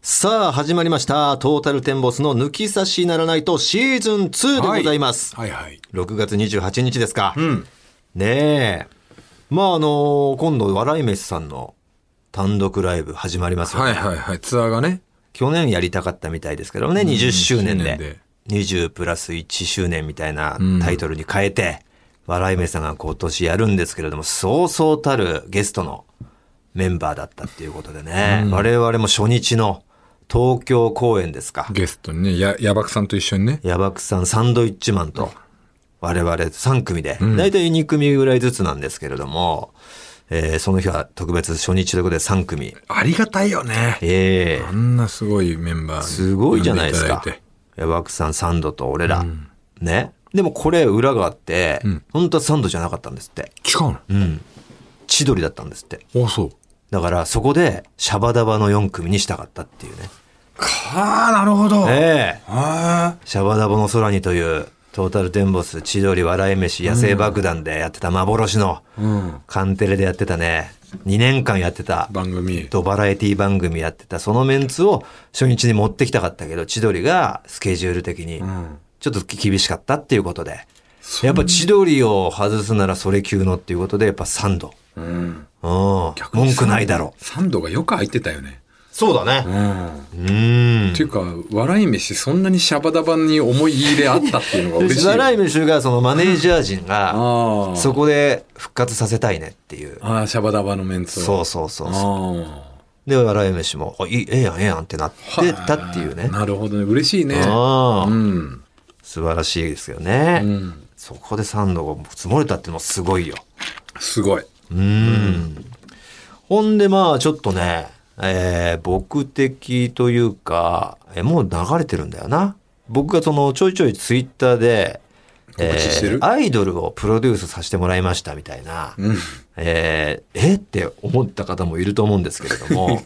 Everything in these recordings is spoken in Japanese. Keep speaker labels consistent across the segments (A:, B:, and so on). A: さあ、始まりました。トータルテンボスの抜き差しならないとシーズン2でございます。
B: はいはい。
A: 6月28日ですか。ねえ。まあ、あの今度、笑い飯さんの単独ライブ始まりますよ、ね
B: はいはいはい。ツアーがね。
A: 去年やりたかったみたいですけどね、20周年
B: 周年
A: で
B: で。
A: 20プラス1周年みたいなタイトルに変えて、笑い目さんが今年やるんですけれども、そうそうたるゲストのメンバーだったっていうことでね、我々も初日の東京公演ですか。
B: ゲストにね、や、やばくさんと一緒にね。
A: ヤバクさん、サンドイッチマンと、我々3組で、だいたい2組ぐらいずつなんですけれども、えーその日は特別初日ということで3組。
B: ありがたいよね。
A: ええ
B: あんなすごいメンバーに
A: すごいじゃないです
B: 呼ん
A: か
B: いただて。
A: ヤバクさんサンドと俺ら。ね。でもこれ裏があって、本当はサンドじゃなかったんですって。
B: 違うの、
A: うん。千鳥だったんですって。
B: あ、そう。
A: だからそこでシャバダバの4組にしたかったっていうね。
B: かあ、なるほど。へ
A: ええ
B: あ
A: シャバダバの空にという、トータルテンボス、千鳥、笑い飯、野生爆弾でやってた幻の、
B: うん。
A: カンテレでやってたね、2年間やってた、
B: 番組。
A: ドバラエティ番組やってた、そのメンツを初日に持ってきたかったけど、千鳥がスケジュール的に、
B: ん
A: ちょっと厳しかったっていうことで、やっぱ千鳥を外すならそれ級のっていうことで、やっぱサンド。
B: うん。
A: うん。文句ないだろ
B: サンドがよく入ってたよね。
A: そうだ
B: う
A: ね。
B: ん。っ
A: うん
B: て。いうか、笑い飯そんなにシャバダバに思い入れあったっていうのが嬉し い。
A: 笑い
B: 飯。
A: 飯がそのマネージャー陣が、
B: ああ。
A: そこで復活させたいねっていう。
B: ああ、シャバダバのメンツを。
A: そううそうそうそ
B: あ
A: う。で、笑い飯も、あいいええやん、ええやんってなっ
B: あ。
A: てたっていうね。
B: なるほどね。嬉しいね。
A: ああ
B: うん。
A: 素晴らしいですよね。
B: うん。
A: そこでサンドが積もれたっていうのはすごいよ。
B: すごい。
A: うん。ほんでまあちょっとね、えー僕的というか、えーもう流れてるんだよな。僕がそのちょいちょいツイッターで、
B: 告知してる
A: アイドルをプロデュースさせてもらいましたみたいな、
B: うん。
A: えーえって思った方もいると思うんですけれど も、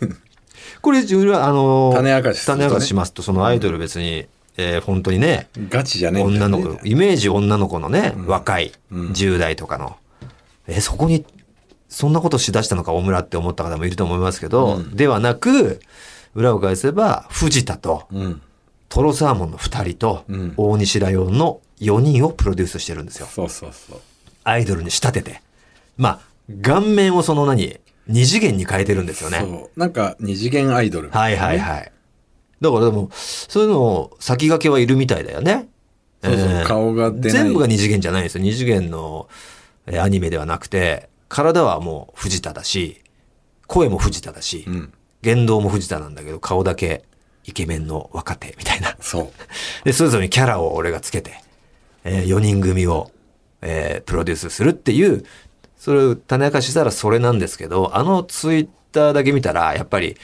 A: これ、自分はあの、
B: 種明かしするとね
A: 種明かししますと、そのアイドル別に、えー本当にね、
B: ガチじゃねえんだ
A: 女
B: よね
A: の子、イメージ女の子のね、若い、
B: うん
A: 10代とかの。え、そこに、そんなことしだしたのか、大村って思った方もいると思いますけど、
B: うん
A: ではなく、裏を返せば、藤田と、
B: うん。
A: トロサーモンの2人と、
B: うん
A: 大西ライオンの4人をプロデュースしてるんですよ。
B: そうそうそう。
A: アイドルに仕立てて。まあ、顔面をその何、二次元に変えてるんですよね。
B: そう。なんか、二次元アイドル。
A: はいはいはい。だからでも、そういうのを先駆けはいるみたいだよね。
B: そうそう顔が出ない
A: 全部が二次元じゃないんですよ。二次元のえーアニメではなくて、体はもう藤田だし、声も藤田だし、
B: うん。
A: 言動も藤田なんだけど、顔だけイケメンの若手みたいな。
B: そう。
A: で、それぞれにキャラを俺がつけて、え4人組を、えープロデュースするっていう、それを種明かししたらそれなんですけど、あのツイッターだけ見たら、やっぱり、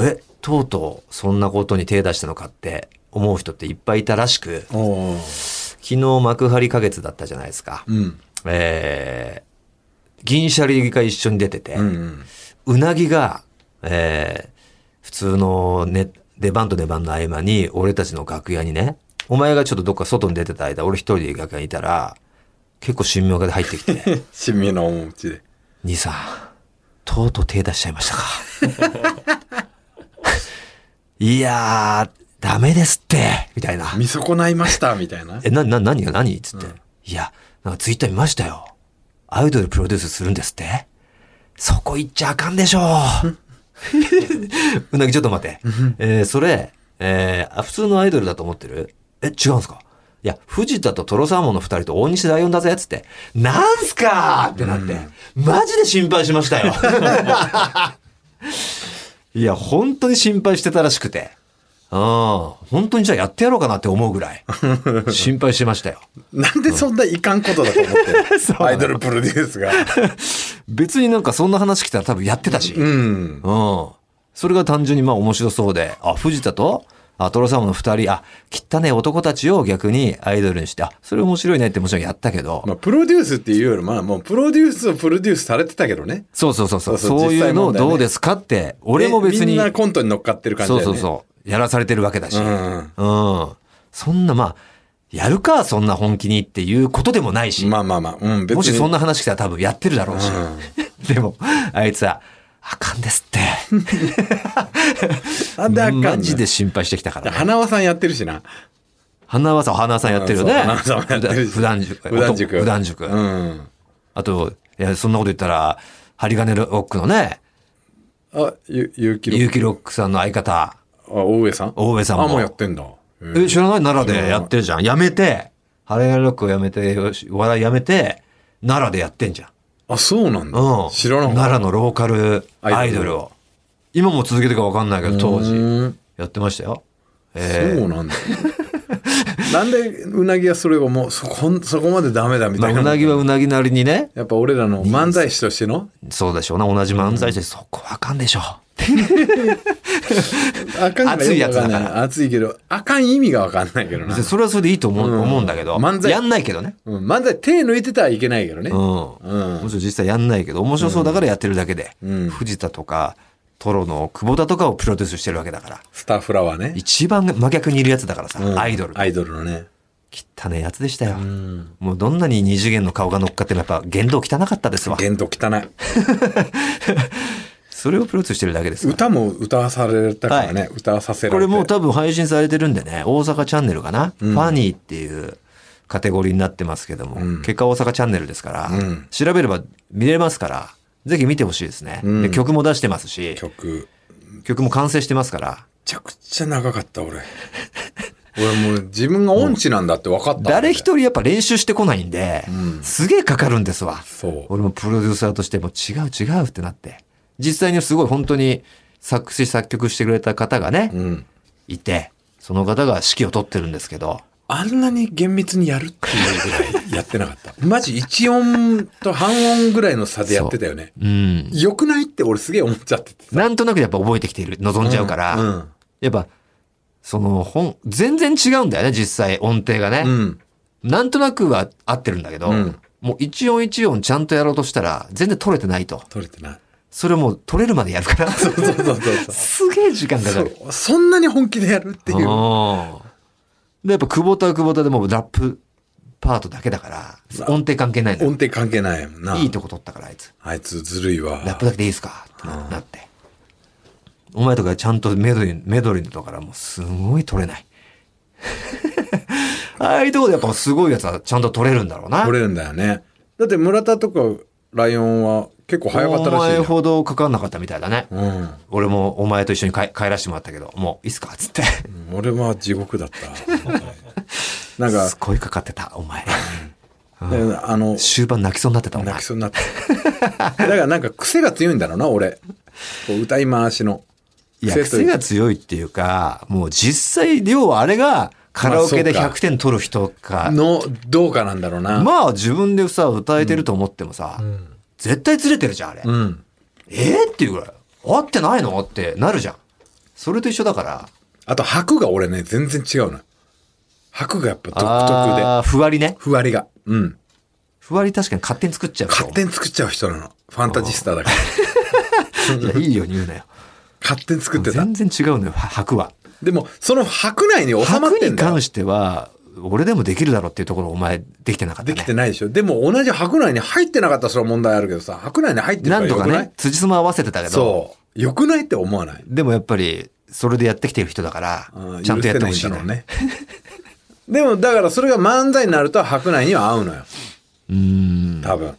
A: え、とうとうそんなことに手出したのかって思う人っていっぱいいたらしく、
B: おー
A: 昨日幕張花月だったじゃないですか。
B: うん。
A: えー銀シャリが一緒に出てて、
B: うんうん。
A: うなぎが、えー普通の、ね、出番と出番の合間に、俺たちの楽屋にね、お前がちょっとどっか外に出てた間、俺一人で楽屋にいたら、結構神妙が入ってきて、
B: 新味のお持ちで。
A: 兄さん、とうとう手出しちゃいましたか。 いやー、ダメですって、みたいな。
B: 見損ないました、みたいな。
A: え、な、な、何が何っつって。いや、なんかツイッター見ましたよ。アイドルプロデュースするんですってそこ行っちゃあかんでしょ う。うなぎちょっと待って。えーそれ、えーあ普通のアイドルだと思ってるえ、違うんすかいや、藤田とトロサーモンの二人と大西ライオンだぜっつって、なんすかーってなって、マジで心配しましたよ。 いや、本当に心配してたらしくて。うん。本当にじゃあやってやろうかなって思うぐらい。心配してましたよ。
B: なんでそんないかんことだと 思ってるアイドルプロデュースが。
A: 別になんかそんな話来たら多分やってたし。う。
B: うんん。
A: それが単純にまあ面白そうで、あ、藤田と、あ、トロサムの二人、あ、汚ねえ男たちを逆にアイドルにして、あ、それ面白いねってもちろんやったけど、
B: まあ、プロデュースっていうより、まあ、もう、プロデュースをプロデュースされてたけどね。
A: そうそうそうそう、
B: そうそう
A: そういうのを
B: 実際問題ね
A: どうですかって、俺も別
B: でみ
A: に、
B: んなコントに乗っかってる感じ
A: そう
B: だよ
A: そう
B: ね。
A: そう、やらされてるわけだし。
B: うん。
A: うん。そんな、まあ、やるか、そんな本気にっていうことでもないし、
B: まあまあまあ。うん、別 に。
A: もしそんな話来たら多分やってるだろうし。でも、あいつは、あかんですって。なんであかんマジで心配してきたから、ね。
B: 花輪さんやってるしな。
A: 花輪さん、花輪さんやってるよね。
B: そう花輪さんもやってるし。
A: 普段塾。
B: 普段塾。
A: 普段塾。
B: うん。
A: あと、いや、そんなこと言ったら、針金ロックのね、
B: あ、ゆ、ゆうきろ
A: 結城ロックさんの相方、
B: あ、大上さん
A: 大上さんも
B: あ、もうやってんだ。え
A: え、知らない奈良でやってるじゃん。やめて、ハレガロックをやめて、よしお笑いやめて、奈良でやってんじゃん。
B: あ、そうなんだ。
A: うん。
B: 知らなかった。
A: 奈良のローカルア
B: ア
A: イ
B: イ
A: ド
B: ド
A: ル
B: ル
A: を。今も続けてるか分かんないけど、当時。
B: うーん
A: やってましたよ。え
B: そうなんだ。 なんでうなぎはそれがもうそこんそこまでダメだみ
A: ま
B: た
A: あ、
B: いな。
A: うなぎはうなぎなりにね、
B: やっぱ俺らの漫才師としての
A: そうでしょうな、同じ漫才師で、そこ分かんでしょ。
B: あかんから
A: 熱いやつだから
B: よくわんない熱いけど、あかん意味がわかんないけどな
A: 別に。それはそれでいいと思う,、
B: うん
A: 思うんだけど、
B: 漫才
A: やんないけどね。
B: うん、漫才手抜いてたらいけないけどね。
A: うん。
B: うん
A: もちろん実際やんないけど、面白そうだからやってるだけで、
B: うん
A: 藤田とか、トロの久保田とかをプロデュースしてるわけだから。
B: スターフラワーね。
A: 一番真逆にいるやつだからさ、
B: うん
A: アイドル。
B: アイドルのね。
A: 汚いやつでしたよ。
B: うん。
A: もうどんなに二次元の顔が乗っかってもやっぱ言動汚かったですわ。
B: 言動汚い。
A: それをプロデュースしてるだけですから。
B: 歌も歌わされたからね、歌わさせら
A: こ
B: れ
A: れ
B: て
A: もう多分配信されてるんでね、大阪チャンネルかな、
B: うん
A: ファニーっていうカテゴリーになってますけども、
B: うん
A: 結果大阪チャンネルですから、
B: うん
A: 調べれば見れますから、ぜひ見てほしいですね、
B: うん
A: で曲も出してますし、
B: 曲め
A: 曲も完成してますから、
B: ちゃくちゃ長かった俺俺もう自分が音痴なんだって分かった
A: 誰一人やっぱ練習してこないんで、
B: うん
A: すげえかかるんですわ。
B: そう
A: 俺もプロデューサーとしても違う違うってなって。実際にすごい本当に作詞作曲してくれた方がね、
B: うん
A: いて、その方が指揮を取ってるんですけど、
B: あんなに厳密にやるっていうぐらいやってなかったマジ一音と半音ぐらいの差でやってたよね
A: うん。
B: よくないって俺すげえ思っちゃってて
A: なんとなくやっぱ覚えてきている、望んじゃうから、
B: うん
A: やっぱ、その本、全然違うんだよね、実際音程がね。
B: うん
A: なんとなくは合ってるんだけど、
B: うん
A: もう一音一音ちゃんとやろうとしたら、全然取れてないと。
B: 取れてない
A: それもう取れるまでやるから、
B: そうそうそうそう
A: すげえ時間かか
B: そ
A: る。
B: うそんなに本気でやるっていう
A: あーで、やっぱ久保田は久保田でもうラップパートだけだから、音程関係ない
B: 音
A: の。
B: 程関係ないもんない
A: いとこ取ったから、あいつ。
B: あいつずるいわ
A: ラップだけでいいですかってななって。お前とかちゃんとメドリー、メドリーのとこからもうすごい取れ ない。ああいうとこでやっぱすごいやつはちゃんと取れるんだろうな。
B: 取れるんだよね。だって村田とかライオンは結構早かったら
A: お
B: しい
A: 前
B: よ。
A: ほどかかんなかったみたいだね。
B: うん。
A: 俺もお前と一緒に帰帰らせてもらったけど、もういいっすかっつって。
B: 俺は地獄 だった。なん
A: すごいかかってた、お前。
B: か、あの、
A: 終盤泣きそうになってた、お前
B: 泣き。そうになって。だからなんか癖が強いんだろうな、俺。こう歌い回しの。
A: いや、
B: と
A: 癖が強いっていうか、もう実際、要はあれがカラオケで
B: まあそうか
A: 100点取る人か、
B: の、どうかなんだろうな。
A: まあ自分でさ、歌えてると思ってもさ、絶対ずれてるじゃん、あれ。
B: うん。
A: えー、っていうぐらい、合ってないのってなるじゃん。それと一緒だから、
B: あと、拍が俺ね、全然違うのよ。拍がやっぱ独特で。
A: あーふわりね。
B: ふわりが。うん。
A: ふわり確かに勝手に作っちゃう人
B: 勝手に作っちゃう人なの。ファンタジスタだから。
A: いや、いいように言うなよ。
B: 勝手に作ってた。
A: 全然違うのよ、は白は。
B: でも、その白内に収まっ
A: 白
B: て
A: に
B: んだよ
A: 関。しては、俺でもできるだろうっていうところお前できてなかったね。
B: できてないでしょ。でも同じ白内に入ってなかったらそれは問題あるけどさ、白内に入ってるか
A: な
B: ら
A: ん
B: よ
A: と
B: くな
A: か
B: い、
A: ね、辻褄合わせてたけど、
B: そう。よくないって思わない。
A: でもやっぱり、それでやってきてる人だから
B: う、
A: ちゃんとやってほしい
B: 許せ
A: な
B: ないんだろうね。 でもだからそれが漫才になると白内には合うのよ。
A: うーん。
B: 多分。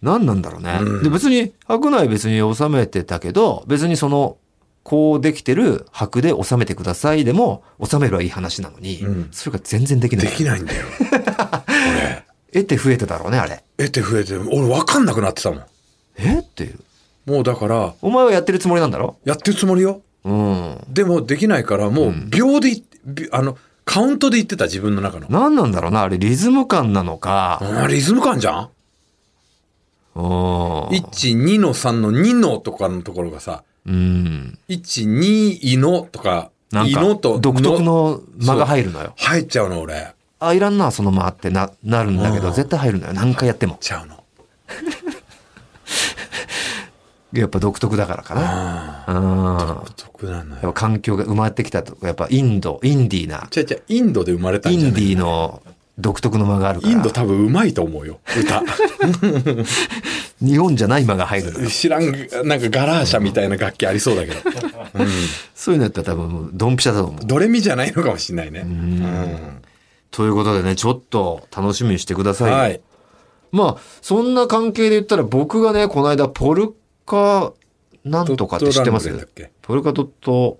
A: 何なんだろうね。
B: うん
A: で、別に、白内別に収めてたけど、別にその、こうできてる白で収めてくださいでも、収めるはいい話なのに、
B: うん
A: それが全然できない。
B: できないんだよ。俺、
A: 得て増えてだろうね、あれ。
B: 得て増えて、俺分かんなくなってたもん。
A: えっていう。
B: もうだから、
A: お前はやってるつもりなんだろ
B: やってるつもりよ。
A: うん。
B: でもできないから、もう秒でい、びあの、カウントで言ってた自分の中の。
A: 何なんだろうな、あれ、リズム感なのか。
B: あリズム感じゃん
A: うん。
B: ?1、2の3の2のとかのところがさ、
A: うん。
B: 1、2、いのとか、
A: なん
B: い
A: か
B: のと、、
A: 独特。の間が入るのよ。
B: 入っちゃうの、俺。
A: あ、いらんな、その間ってな、なるんだけど、
B: うん
A: 絶対入るのよ。何回やっても。
B: ちゃうの。
A: やっぱ独特だからかな。
B: ああ。
A: うん。
B: 独特なの
A: や
B: よ。
A: っぱ環境が生まれてきたとか、やっぱインド、インディーな、
B: ちゃちゃ、インドで生まれたん
A: イ
B: じゃ
A: ンデ
B: ない
A: ィーの独特の間があるから。
B: インド多分うまいと思うよ、歌。
A: 4じゃない間が入るのよ
B: 知らん、なんかガラーシャみたいな楽器ありそうだけど。
A: そういうのやったら多分もうドンピシャだと思う。
B: ドレミじゃないのかもしれないね。
A: ということでね、ちょっと楽しみにしてくだ
B: う
A: さ
B: ん
A: いよ。
B: はい。
A: まあ、そんな関係で言ったら僕がね、この間ポルカなんとかって知ってま
B: ドットラングレンだっ
A: す
B: け
A: ポルカドット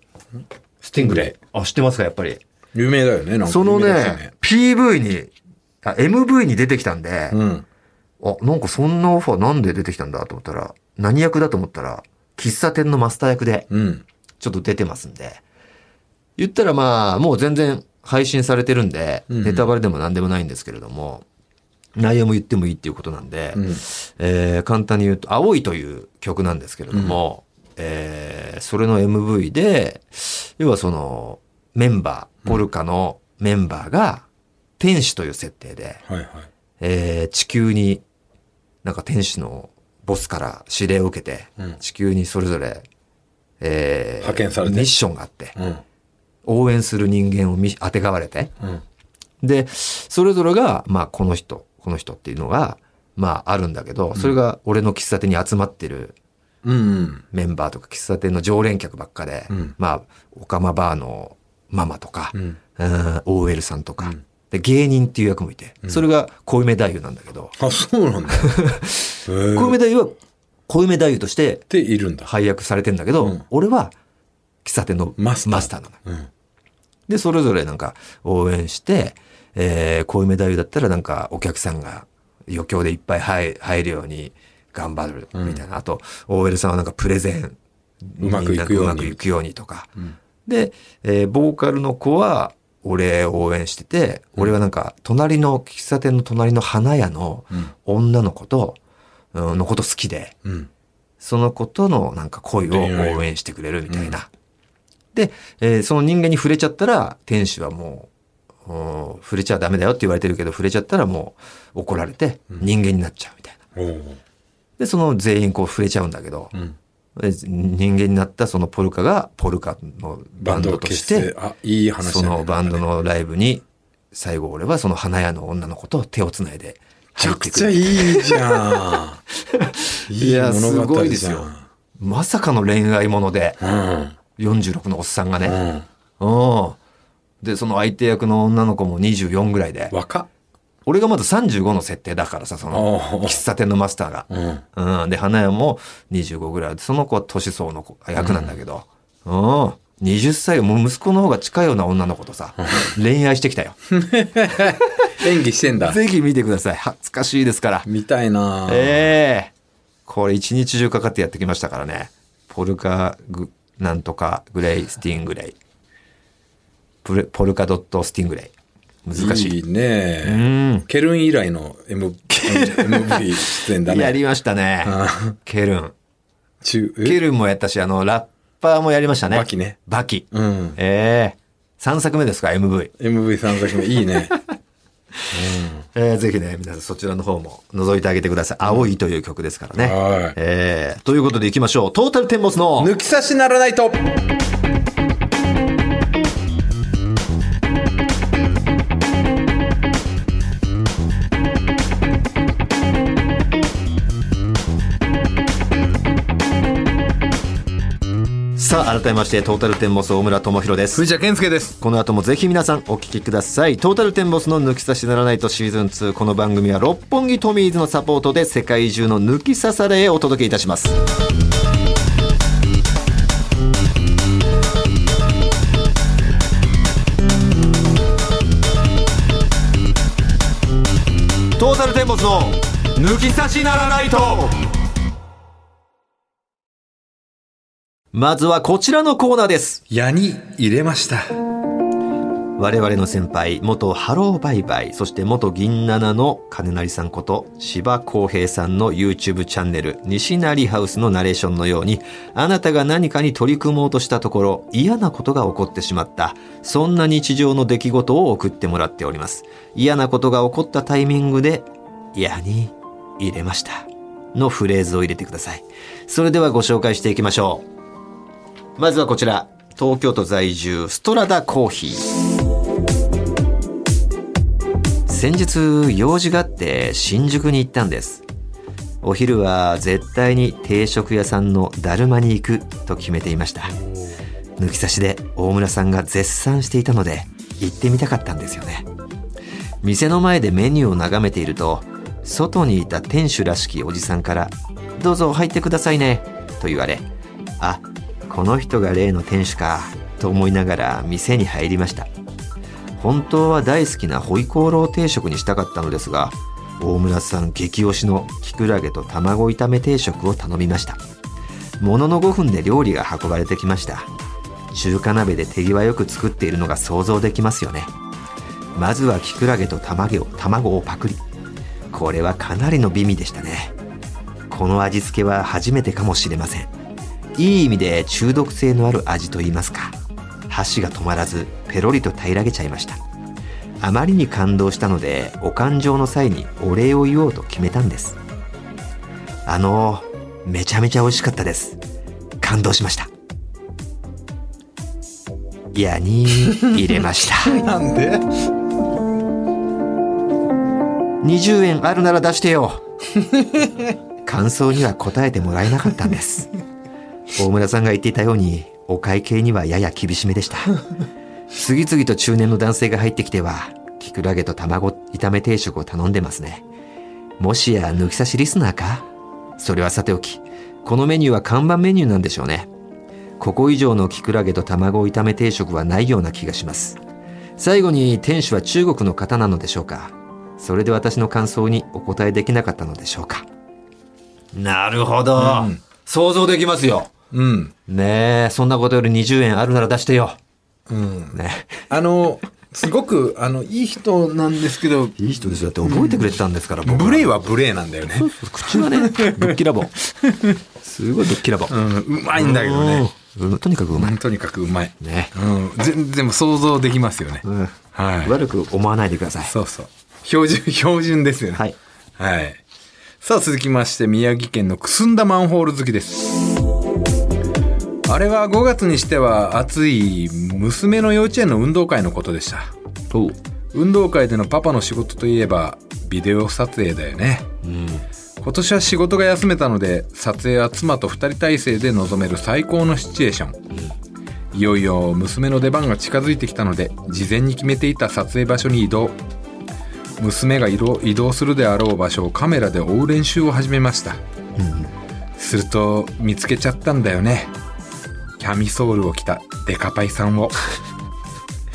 A: スティングレイ。あ、知ってますか、やっぱり。
B: 有名だよね、なんか。
A: その
B: 有名だし
A: ね、PV に、あ MV に出てきたんで、
B: うん。
A: あ、なんかそんなオファーなんで出てきたんだと思ったら、何役だと思ったら、喫茶店のマスター役で、
B: うん。
A: ちょっと出てますんで。言ったらまあ、もう全然配信されてるんで、
B: うんうん
A: ネタバレでも何でもないんですけれども、内容も言ってもいいっていうことなんで、
B: うん。
A: えー簡単に言うと、青いという曲なんですけれども、えーそれの MV で、要はその、メンバー、ポルカのメンバーが、天使という設定で、
B: はいはい。
A: えー地球に、なんか天使のボスから指令を受けて、
B: うん
A: 地球にそれぞれ、えー
B: 派遣されて
A: ミッションがあって、
B: うん。
A: 応援する人間を見当てがわれて、
B: うん。
A: で、それぞれが、まあ、この人、この人っていうのが、まあ、あるんだけど、それが俺の喫茶店に集まってる
B: うん。
A: メンバーとか、喫茶店の常連客ばっかで、
B: うん
A: まあ、オカマバーのママとか、
B: うん。
A: うん OL さんとか、
B: うん
A: で、芸人っていう役もいて、それが小梅太夫なんだけど、
B: あ、そう なんだ。へー
A: 小梅太夫は小梅太夫として
B: っているんだ。
A: 配役されてんだけど、
B: うん
A: 俺は喫茶店のマ
B: マ
A: ス
B: ス
A: タ
B: タ
A: ー
B: ー
A: なの。
B: うん。
A: で、それぞれなんか応援して、えー、小梅太夫だったらなんかお客さんが余興でいっぱい入入るように頑張るみたいな。あと、OL さんはなんかプレゼン。
B: うまくいくように
A: まくいくようにとか。
B: うん
A: で、えーボーカルの子は俺を応援してて、俺はなんか隣の、喫茶店の隣の花屋の
B: うん。
A: 女の子と、うんのこと好きで、
B: うん。
A: その子とのなんか恋を応援してくれるみたいな。で、えーその人間に触れちゃったら、天使はもう、うん触れちゃダメだよって言われてるけど、触れちゃったらもう怒られて人間になっちゃうみたいな。
B: おー
A: で、その全員こう触れちゃうんだけど、
B: うん。
A: え人間になったそのポルカがポルカのバ
B: バ
A: ン
B: ンド
A: ド
B: を
A: とし
B: 結
A: て
B: 成。、あ、いい話
A: そ
B: だね
A: のバンド。のライブに、最後俺はその花屋の女の子と手をつないで
B: めち
A: 入
B: ゃ
A: っ
B: く
A: てく
B: ちゃ
A: る
B: いいじゃん。 い
A: い
B: い
A: や
B: 物
A: すご
B: 語
A: いで
B: じ
A: す
B: ゃ
A: よ
B: ん。
A: まさかの恋愛もので、
B: うん。
A: 46のおっさんがね、
B: うん。
A: うん。で、その相手役の女の子も24ぐらいで、
B: 若っ。
A: 俺がまだ35の設定だからさ、その、
B: おー
A: 喫茶店のマスターが。
B: うん。
A: うん。で、花屋も25ぐらいで、その子は年相応の子役なんだけど、うん。20歳、もう息子の方が近いような女の子とさ、恋愛してきたよ。
B: 演技してんだ。
A: ぜひ見てください。恥ずかしいですから。
B: 見たいなぁ
A: ええこれ一日中かかってやってきましたからね。ポルカグ、なんとかグレイ、スティングレイ。プレポルカドットスティングレイ。難しい。
B: いい
A: う
B: ねえ
A: ん。
B: ケルン以来の M MV 出演だ
A: や
B: ね。
A: りましたね。ケルン。
B: 中、え
A: ケルンもやったし、あの、ラッパーもやりましたね。
B: バキね。
A: バキ。
B: うん。
A: ええ3作目ですか、MV。
B: MV3 作目、いい ね。
A: ええぜひね、皆さんそちらの方も覗いてあげてください。青いという曲ですからね。
B: はい
A: ええということで行きましょう。トータルテンボスの
B: 抜き差しならないと
A: さあ、改めまして、トータルテンボス大村智弘です。
B: 田健介です。
A: この後もぜひ皆さんお聞きください。トータルテンボスの抜き差しならないとシーズン2。この番組は六本木トミーズのサポートで世界中の抜き差されへお届けいたします。トータルテンボスの抜き差しならないとまずはこちらのコーナーです。
B: 矢に入れました。
A: 我々の先輩、元ハローバイバイ、そして元銀七の金成さんこと、芝公平さんの YouTube チャンネル、西成ハウスのナレーションのように、あなたが何かに取り組もうとしたところ、嫌なことが起こってしまった。そんな日常の出来事を送ってもらっております。嫌なことが起こったタイミングで、矢に入れました。のフレーズを入れてください。それではご紹介していきましょう。まずはこちら、東京都在住、ストラダコーヒー。先日用事があって新宿に行ったんですお昼は絶対に定食屋さんのだるまに行くと決めていました抜き差しで大村さんが絶賛していたので行ってみたかったんですよね店の前でメニューを眺めていると外にいた店主らしきおじさんから「どうぞ入ってくださいね」と言われあこの人が例の店主かと思いながら店に入りました本当は大好きなホイコーロー定食にしたかったのですが大村さん激推しのキクラゲと卵炒め定食を頼みましたものの5分で料理が運ばれてきました中華鍋で手際よく作っているのが想像できますよねまずはキクラゲと卵を卵をパクリこれはかなりの美味でしたねこの味付けは初めてかもしれませんいい意味で中毒性のある味と言いますか箸が止まらずペロリと平らげちゃいましたあまりに感動したのでお勘定の際にお礼を言おうと決めたんですあのめちゃめちゃ美味しかったです感動しましたいやに入れました
B: なんで
A: 20円あるなら出して よ感想には答えてもらえなかったんです大村さんが言っていたようにお会計にはやや厳しめでした次々と中年の男性が入ってきてはキクラゲと卵炒め定食を頼んでますねもしや抜き差しリスナーかそれはさておきこのメニューは看板メニューなんでしょうねここ以上のキクラゲと卵炒め定食はないような気がします最後に店主は中国の方なのでしょうかそれで私の感想にお答えできなかったのでしょうかなるほど、
B: うん
A: 想像できますよ
B: うん。
A: ねえ、そんなことより20円あるなら出してよ。
B: うん。
A: ね。
B: あの、すごく、あの、いい人なんですけど、
A: いい人ですよ。だって覚えてくれてたんですから、
B: 無礼
A: は。
B: は無礼なんだよね。
A: 口はね、ぶっきらぼう。すごいぶっきらぼう。
B: うん、うまいんだけどね。
A: うん。とにかくうまい。
B: とにかくうまい。
A: ね。
B: うん、全然もう想像できますよね。
A: うん。
B: はい。
A: 悪く思わないでください。
B: そうそう。標準、標準ですよね。
A: はい。
B: はい。さあ、続きまして、宮城県のくすんだマンホール好きです。あれは5月にしては暑い娘の幼稚園の運動会のことでした。
A: おう。
B: 運動会でのパパの仕事といえば、ビデオ撮影だよね。
A: うん。
B: 今年は仕事が休めたので撮影は妻と2人体制で臨める最高のシチュエーション、いよいよ娘の出番が近づいてきたので事前に決めていた撮影場所に移動娘が移動移動するであろう場所をカメラで追う練習を始めましたすると見つけちゃったんだよねキャミソールを着たデカパイさんを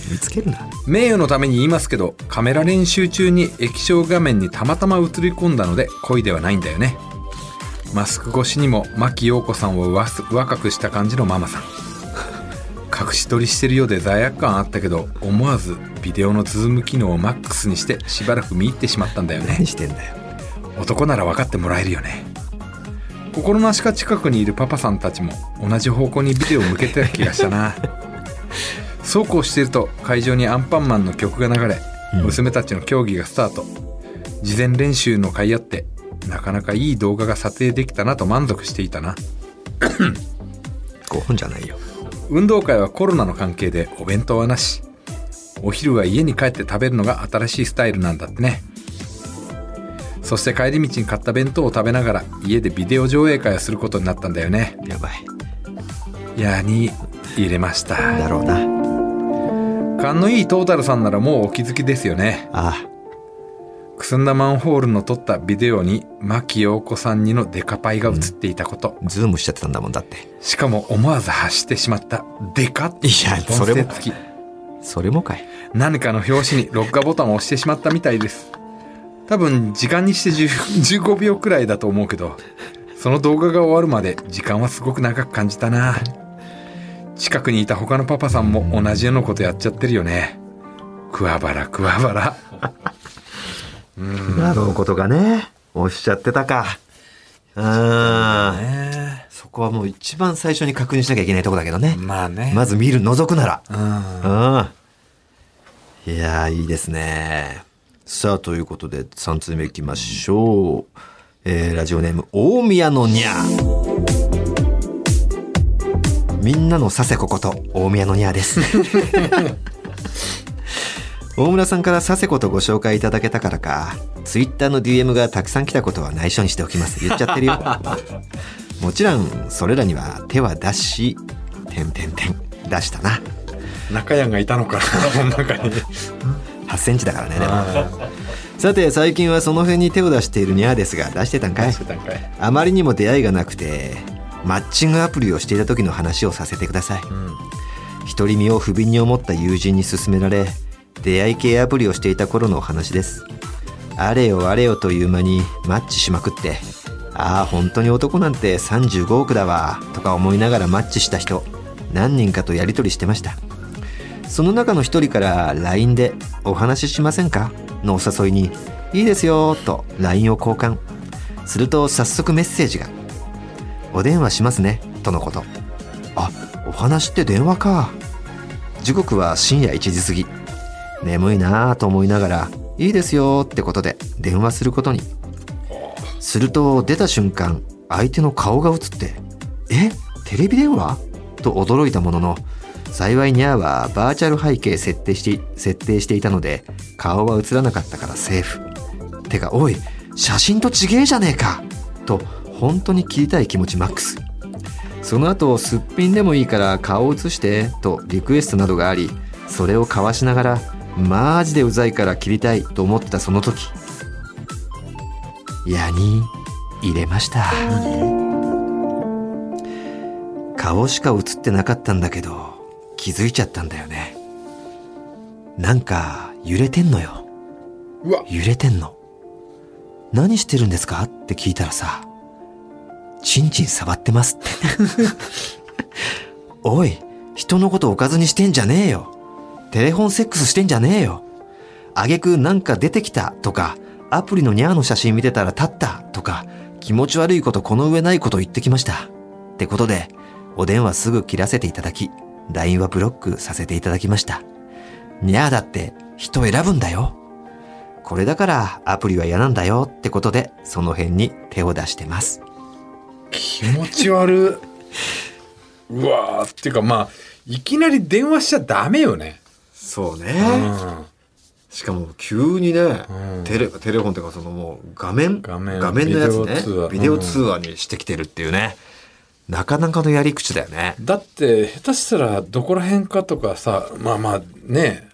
A: 見つけるな。
B: 名誉のために言いますけどカメラ練習中に液晶画面にたまたま映り込んだので恋ではないんだよねマスク越しにも牧陽子さんを上す若くした感じのママさん隠し撮りしてるようで罪悪感あったけど思わずビデオのズーム機能をマックスにしてしばらく見入ってしまったんだよね
A: 何してんだよ。
B: 男なら分かってもらえるよね心なしか近くにいるパパさんたちも同じ方向にビデオを向けてた気がした なそうこうしていると会場にアンパンマンの曲が流れ、
A: うん
B: 娘たちの競技がスタート事前練習の甲斐あってなかなかいい動画が撮影できたなと満足していたな
A: 5分じゃないよ。
B: 運動会はコロナの関係でお弁当はなしお昼は家に帰って食べるのが新しいスタイルなんだってねそして帰り道に買った弁当を食べながら家でビデオ上映会をすることになったんだよね
A: やばい。
B: いやーに入れました
A: だろうな。
B: 勘のいいトータルさんならもうお気づきですよね
A: あ
B: くすんだマンホールの撮ったビデオに牧陽子さんにのデカパイが映っていたこと、
A: あ、ズームしちゃってたんだもんだって。
B: しかも思わず発してしまったデカって
A: いやそれも
B: 音声付き
A: それもかい。
B: 何かの表紙に録画ボタンを押してしまったみたいです多分時間にして10 15秒くらいだと思うけどその動画が終わるまで時間はすごく長く感じたな近くにいた他のパパさんも同じようなことやっちゃってるよね桑原桑原
A: なることがね、おっしゃってたか。うーん。
B: ね
A: そこはもう一番最初に確認しなきゃいけないとこだけどね。
B: まあね
A: まず見る、覗くな
B: う
A: ら。うん。いやー、いいですね。さあ、ということで、3通目いきましょう。えー、ラジオネーム、大宮のにゃみんなのさせここと、大宮のにゃです。大村さんから佐世子とご紹介いただけたからか、ツイッターの DM がたくさん来たことは内緒にしておきます。言っちゃってるよ。もちろん、それらには手は出し、てんてんてん、出したな。
B: 中屋がいたのかなこの中 に
A: 8センチだからね、でも。さて、最近はその辺に手を出しているニャーですが、出してたんかい
B: してたんかい
A: あまりにも出会いがなくて、マッチングアプリをしていた時の話をさせてください。
B: うん
A: 独り身を不憫に思った友人に勧められ出会い系アプリをしていた頃のお話ですあれよあれよという間にマッチしまくってああ本当に男なんて35億だわとか思いながらマッチした人何人かとやり取りしてましたその中の一人から LINE で「お話ししませんか?」のお誘いに「いいですよ」と LINE を交換すると早速メッセージが「お電話しますね」とのことあお話って電話か時刻は深夜1時過ぎ眠いなぁと思いながら「いいですよ」ってことで電話することにすると出た瞬間相手の顔が映って「えテレビ電話?」と驚いたものの幸いにゃーはバーチャル背景設定して設定していたので顔は映らなかったからセーフてかおい写真とちげえじゃねえかと本当に切りたい気持ちマックスその後すっぴんでもいいから顔を写してとリクエストなどがありそれを交わしながらマジでうざいから切りたいと思ってたその時矢に入れました顔しか写ってなかったんだけど気づいちゃったんだよねなんか揺れてんのよ
B: うわ
A: 揺れてんの何してるんですかって聞いたらさチンチン触ってますって おい人のことおかずにしてんじゃねえよテレフォンセックスしてんじゃねえよあげくなんか出てきたとかアプリのニャーの写真見てたら立ったとか気持ち悪いことこの上ないこと言ってきましたってことでお電話すぐ切らせていただき LINE はブロックさせていただきましたニャーだって人選ぶんだよこれだからアプリは嫌なんだよってことでその辺に手を出してます
B: 気持ち悪いうわーっていうかまあいきなり電話しちゃダメよね
A: そうね、
B: うん
A: しかも急にね、
B: うん
A: テレテレフォンとかそのもう画面
B: 画面
A: のやつね
B: ビデオ通話
A: ビデオ通話にしてきてるっていうね、なかなかのやり口だよね
B: だって下手したらどこら辺かとかさまあまあね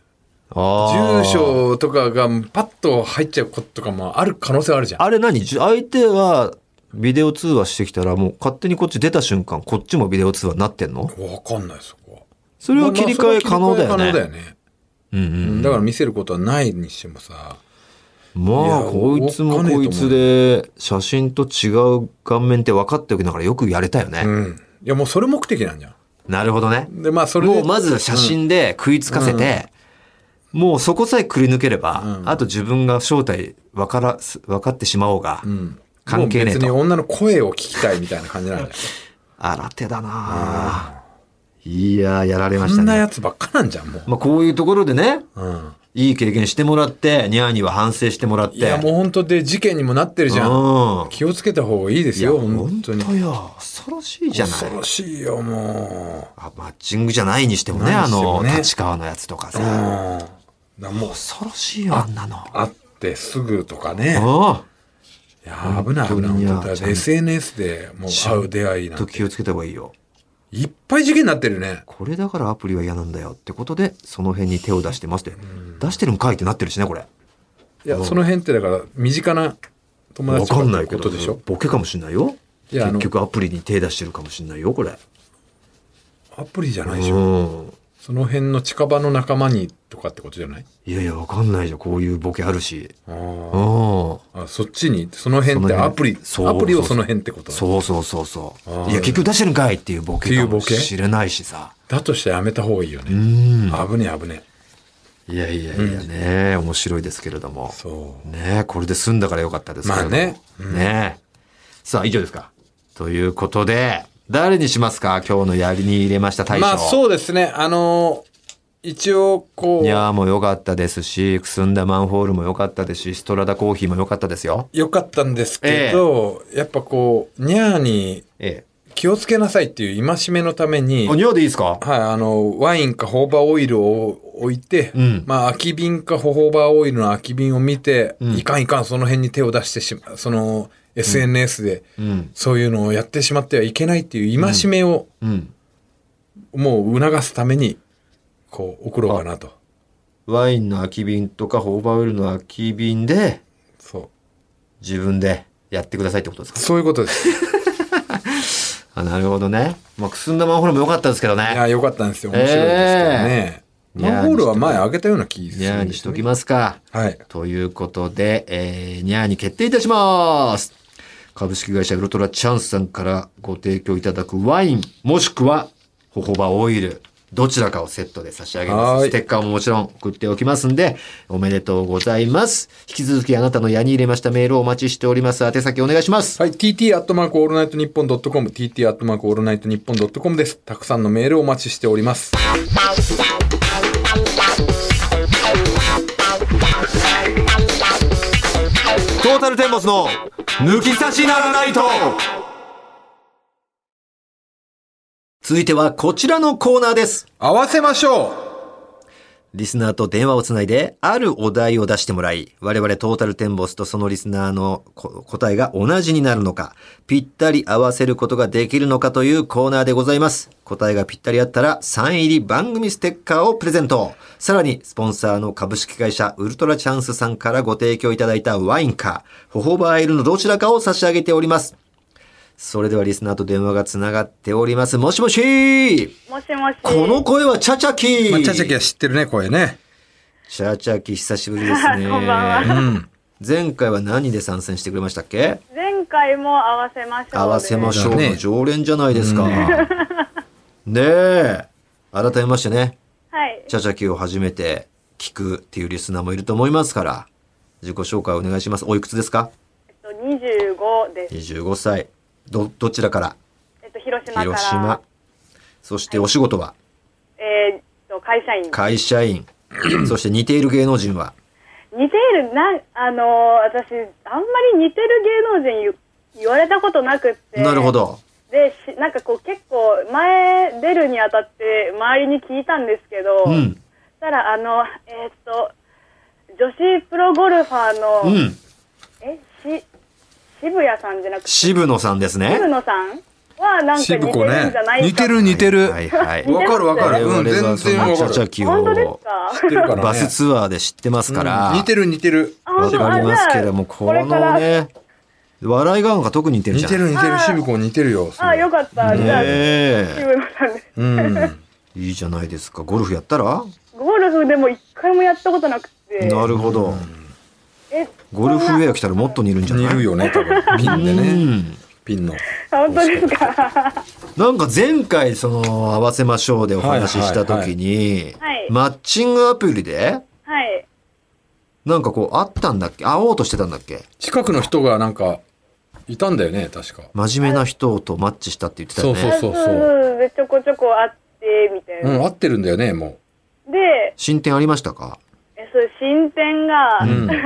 A: 住
B: 住所とかがパッと入っちゃうこととかもある可能性あるじゃん
A: あれ何じゅ相手がビデオ通話してきたらもう勝手にこっち出た瞬間こっちもビデオ通話になってんの
B: わかんないそこは
A: それは切り替え可能だよ
B: まあまあそれは切り替え可能だ
A: ね
B: よね
A: うんうん
B: うんだから見せることはないにしてもさい
A: まあ
B: や
A: こいつもこいつで写真と違う顔面って分かっておきながらよくやれたよね、
B: うんいやもうそれ目的なんじゃ
A: なるほどね
B: んでまあそれで
A: もうまず写真で食いつかせて、もうそこさえくり抜ければ、
B: うん
A: あと自分が正体分からす分かってしまおうが、
B: うんうん
A: 関係ねえ
B: もう
A: と
B: 別に女の声を聞きたいみたいな感じなんじゃない
A: 新手だなあ、いやーやられまし
B: そ
A: た
B: んな
A: ね
B: やつばっかなんじゃんもう、
A: まあこういうところでね
B: うん、
A: いい経験してもらってニャーには反省してもらって
B: いやもう本当で事件にもなってるじゃん
A: うん
B: 気をつけた方がいいです
A: いや
B: よ
A: 本
B: 本
A: 当
B: 当に
A: よ恐ろしいじゃない
B: 恐ろしいよも
A: あマッチングじゃないにしてもね
B: ない
A: あ
B: にして
A: の
B: もね
A: 立川のやつとか
B: う、う
A: さ、
B: ん、なもう
A: 恐ろしいよあんなの
B: 会ってすぐとかね
A: あ
B: いや危ない
A: 本当
B: 危ない
A: に
B: 本
A: や
B: 当だって SNS でもう会う出会い
A: あ
B: な
A: と
B: ん
A: 気
B: て
A: をつけた方がいいよ
B: いっぱい事件になってるね
A: これだからアプリは嫌なんだよってことでその辺に手を出してますって、出してるんかいってなってるしねこれ
B: いやその辺ってだから身近な友
A: 分
B: 達と
A: か
B: か
A: ん
B: っ
A: ない
B: て
A: け
B: こ
A: ど
B: とでしょ
A: ボケかもしんないよ
B: いやあの
A: 結局アプリに手出してるかもしんないよこれ
B: アプリじゃ
A: う
B: ないでしょ
A: ん
B: その辺の近場の仲間にとかってことじゃない
A: いやいや分かんないじゃんこういうボケあるし
B: あ
A: う
B: ー
A: ん
B: あそっちにその辺っ
A: そ
B: て
A: の辺
B: アプリ
A: そう
B: アプリをその辺ってこと
A: そうそうそうそう
B: あー
A: いや結局出してるんかいっていうボケかも
B: っていうボケ
A: しれないしさ
B: だとしてやめた方がいいよ
A: う
B: ね
A: ん
B: 危ねえ危ねえ
A: いやいやいやね、面白いですけれども
B: そう
A: ねえこれで済んだからよかったですけれども
B: まあねうん
A: ねえさあ以上ですかということで誰にしますか今日のやりに入れました大将、
B: まあそうですねあのー一応こ
A: いうやーも良かったですしくすんだマンホールも良かったですしストラダコーヒーも良かったですよ
B: 良かったんですけど、やっぱこう、ニャーに
A: え
B: 気をつけなさいっていう戒めのため
A: え
B: に、
A: お
B: はい、
A: 匂いでいいですか
B: あの、ワインかホーバーオイルを置いて、
A: うん
B: まあ空き瓶かホホバーオイルの空き瓶を見て、
A: うん
B: いかんいかんその辺に手を出してしまうその SNS で、
A: うん。
B: そういうのをやってしまってはいけないっていう戒めを
A: うん。
B: もう促すためにこう送ろうかなと
A: ワインの空き瓶とか、ホーバーウェルの空き瓶で、
B: そ
A: 自分でやってくださいってことです
B: う
A: か
B: そういうことで すい
A: あなるほどね。まあ、くすんだマンホールも良かったですけどね。
B: や良かったんですよ面白いですけどね、
A: え
B: マンホールは前あげたような気
A: ニ
B: するんです
A: ャ
B: よ
A: ー
B: ね
A: にしときますか。
B: はい
A: ということで、えー、ニャーに決定いたします。株式会社ウルトラチャンスさんからご提供いただくワイン、もしくは、ホホバオイル、どちらかをセットで差し上げま
B: は
A: す。
B: い
A: ステッカーももちろん送っておきますんで、おめでとうございます。引き続きあなたの矢に入れましたメールをお待ちしております。宛先お願いします。
B: はい、tt アットマークオールナイトニッポンドットコム、tt アットマークオールナイトニッポンドットコムです。たくさんのメールをお待ちしております。
A: トータルテンボスの抜き差しならないと続いてはこちらのコーナーです。
B: 合わせましょ
A: リスナーと電話をつないで、あるお題を出してもらい、我々トータルテンボスとそのリスナーのこ答えが同じになるのか、ぴったり合わせることができるのかというコーナーでございます。答えがぴったりあったら、サイン入り番組ステッカーをプレゼント。さらに、スポンサーの株式会社ウルトラチャンスさんからご提供いただいたワインか、ホホバーエルのどちらかを差し上げております。それではリスナーと電話がつながっております。もしもし
C: もしもし。
A: この声はチャチャキ
B: う。まあ、チャチャキは知ってるね、声ね。
A: チャーチャーキ久しぶりですね。
C: こんばん
B: う
C: は
B: ん。
A: 前回は何で参戦してくれましたっけ
C: 前回も合わせましょうで。
A: 合わせましょう
B: ね
A: の常連じゃないですか。ねえ。改めましてね、
C: はい。
A: チャーチャーキを初めて聞くっていうリスナーもいると思いますから、自己紹介お願いします。おいくつですか
C: えっと25です。
A: ?25 歳。ど、どちらから
C: えっと、広島から。
A: 広島。そしてお仕事は
C: えーっと、会社員。
A: 会社 員。そして似ている芸能人は
C: 似ている、な、あのー私、あんまり似てる芸能人言言われたことなくって。
A: なるほ。ど。
C: で、しなんかこう結構、前出るにあたって、周りに聞いたんですけど、
A: うん。
C: そしたら、あの、えーっと、女子プロゴルファーの、
A: うん。
C: え、し、渋谷さんじゃなくて、
A: 渋野さんですね。
C: 渋野さんはなんか
B: 渋
C: 似て
B: 子
C: るん
B: ね
C: じゃないか。
B: 似てる似てる。
A: はいはい。
B: わかる
A: 我
B: わかる。
A: 々は
B: うん、全
A: その
B: 然わ
A: チ
B: か
A: ャ
B: る。
A: チャ
B: 知
A: キ
C: 本当です
A: を
C: か
B: ってるからね。
A: バスツアーで知ってますから、
B: うん似てる似てる。
C: あ
A: わ
C: 本当
A: かりますけ
C: あじゃ
A: ど
C: あ
A: も、この
C: れから
A: ね、笑い顔が特に似てる
B: 似
A: じゃん。
B: てる似てる。渋子似てるよ。すごい
C: あ、よかった。じゃあ、
A: ね
C: 渋野さんです。
B: うん。
A: えいいじゃないですか。ゴルフやったら、
C: ゴルフでも一回もやったことなくて。
A: なるほど。
C: え、
A: ゴルフウ
C: そんな
A: ェア来たらもっと似るんじゃない
B: 似るよね、多分。ピンで
A: う
B: ね。
A: ん
B: ピンの。
C: 本当ですか
A: なんか前回、その、合わせましょうでお話しした時に
C: はいはいはい、
A: マッチングアプリで、
C: はい。
A: なんかこう、会ったんだっけ会おうとしてたんだっけ
B: 近くの人がなんか、いたんだよね、確か。
A: 真面目な人とマッチしたって言ってたよ
B: そう
A: ね。
B: そう
C: そう。で、ちょこちょこ会って、みたいうな。
B: ん、合ってるんだよね、も
C: で、
A: 進展ありましたか
C: えそう、進展が、
B: う。うん。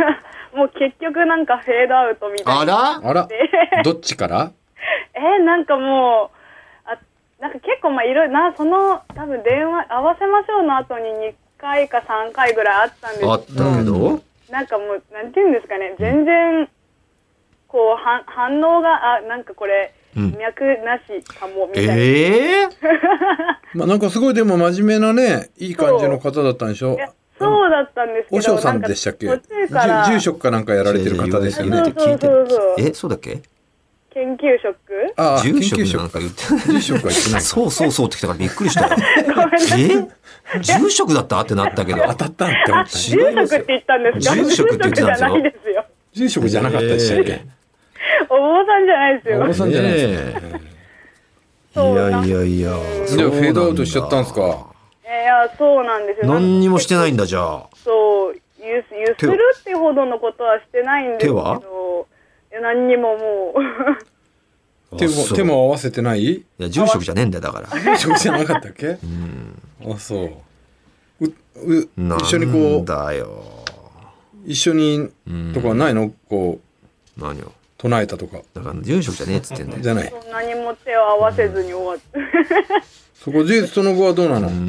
C: もう結局なんかフェードアウトみた
A: あ
C: いな。
A: ら
B: あら、どっちから
C: え、なんかもう、あなんか結構まあいろいろな、その、多分電話、合わせましょうの後に2回か3回ぐらいあったんですけど
A: あったけど、
C: なんかもう、なんていうんですかね、全然、こう、反反応が、あ、なんかこれ、
A: うん
C: 脈なしかも、みたいな。
A: ええ
B: まあなんかすごいでも真面目なね、いい感じの方だったんでしょ
C: いやそうだったんですけど、
B: 和尚さんでしたっけ
C: な
B: 住
C: んか途中から、
B: 住職かなんかやられてる方ですよ
C: そうそ
B: ね
C: う。そうそう
A: え、そうだっけ
C: 研究職
B: ああ、研
A: 住職
B: 究
A: なんか
B: 職か。
A: 言ってない
B: 住職は言ってない。
A: そうそうそうって来たからびっくりしたよ。
C: ごめんなさい。
A: え住職だったってなったけど。
B: 当たったんって思っ
C: あ、
B: た。
C: 住職って言ったんですか
A: 住職って言ってたんですよ
C: 住職じゃない
B: 住職じゃなか
C: ですよ。
B: ったでしたっけ
C: お坊さんじゃないです
B: お
C: よ
B: 坊。さんじゃないです
A: ねえ
C: そうなん
A: いやいやいや。
B: じゃあフェードアウトしちゃったんです
A: そうな
B: か。
C: えーいや、そうなんですよ。
A: 何にもしてない
C: ん
A: んだじゃあ。
C: そう、ゆすゆするってほどのことはしてないんですけ
A: 手は
C: ど、いや、何にももう。
B: 手
A: あ
B: も、
A: そう
B: 手も合わせてない
A: いや、住職じゃねえんだよ、だ から。
B: 住職じゃなかったっけあ、そう。う、う、一緒に
A: な
B: こ
A: ん
B: う、
A: だよ。
B: 一緒にとかないのこ
A: 何を。
B: 唱えたとか。
A: だから住職じゃねえっつってんだよ
B: じ。ゃない。
C: そんなにも手を合わせずに終わって。
B: そこで、その後はどうなのこう。
A: う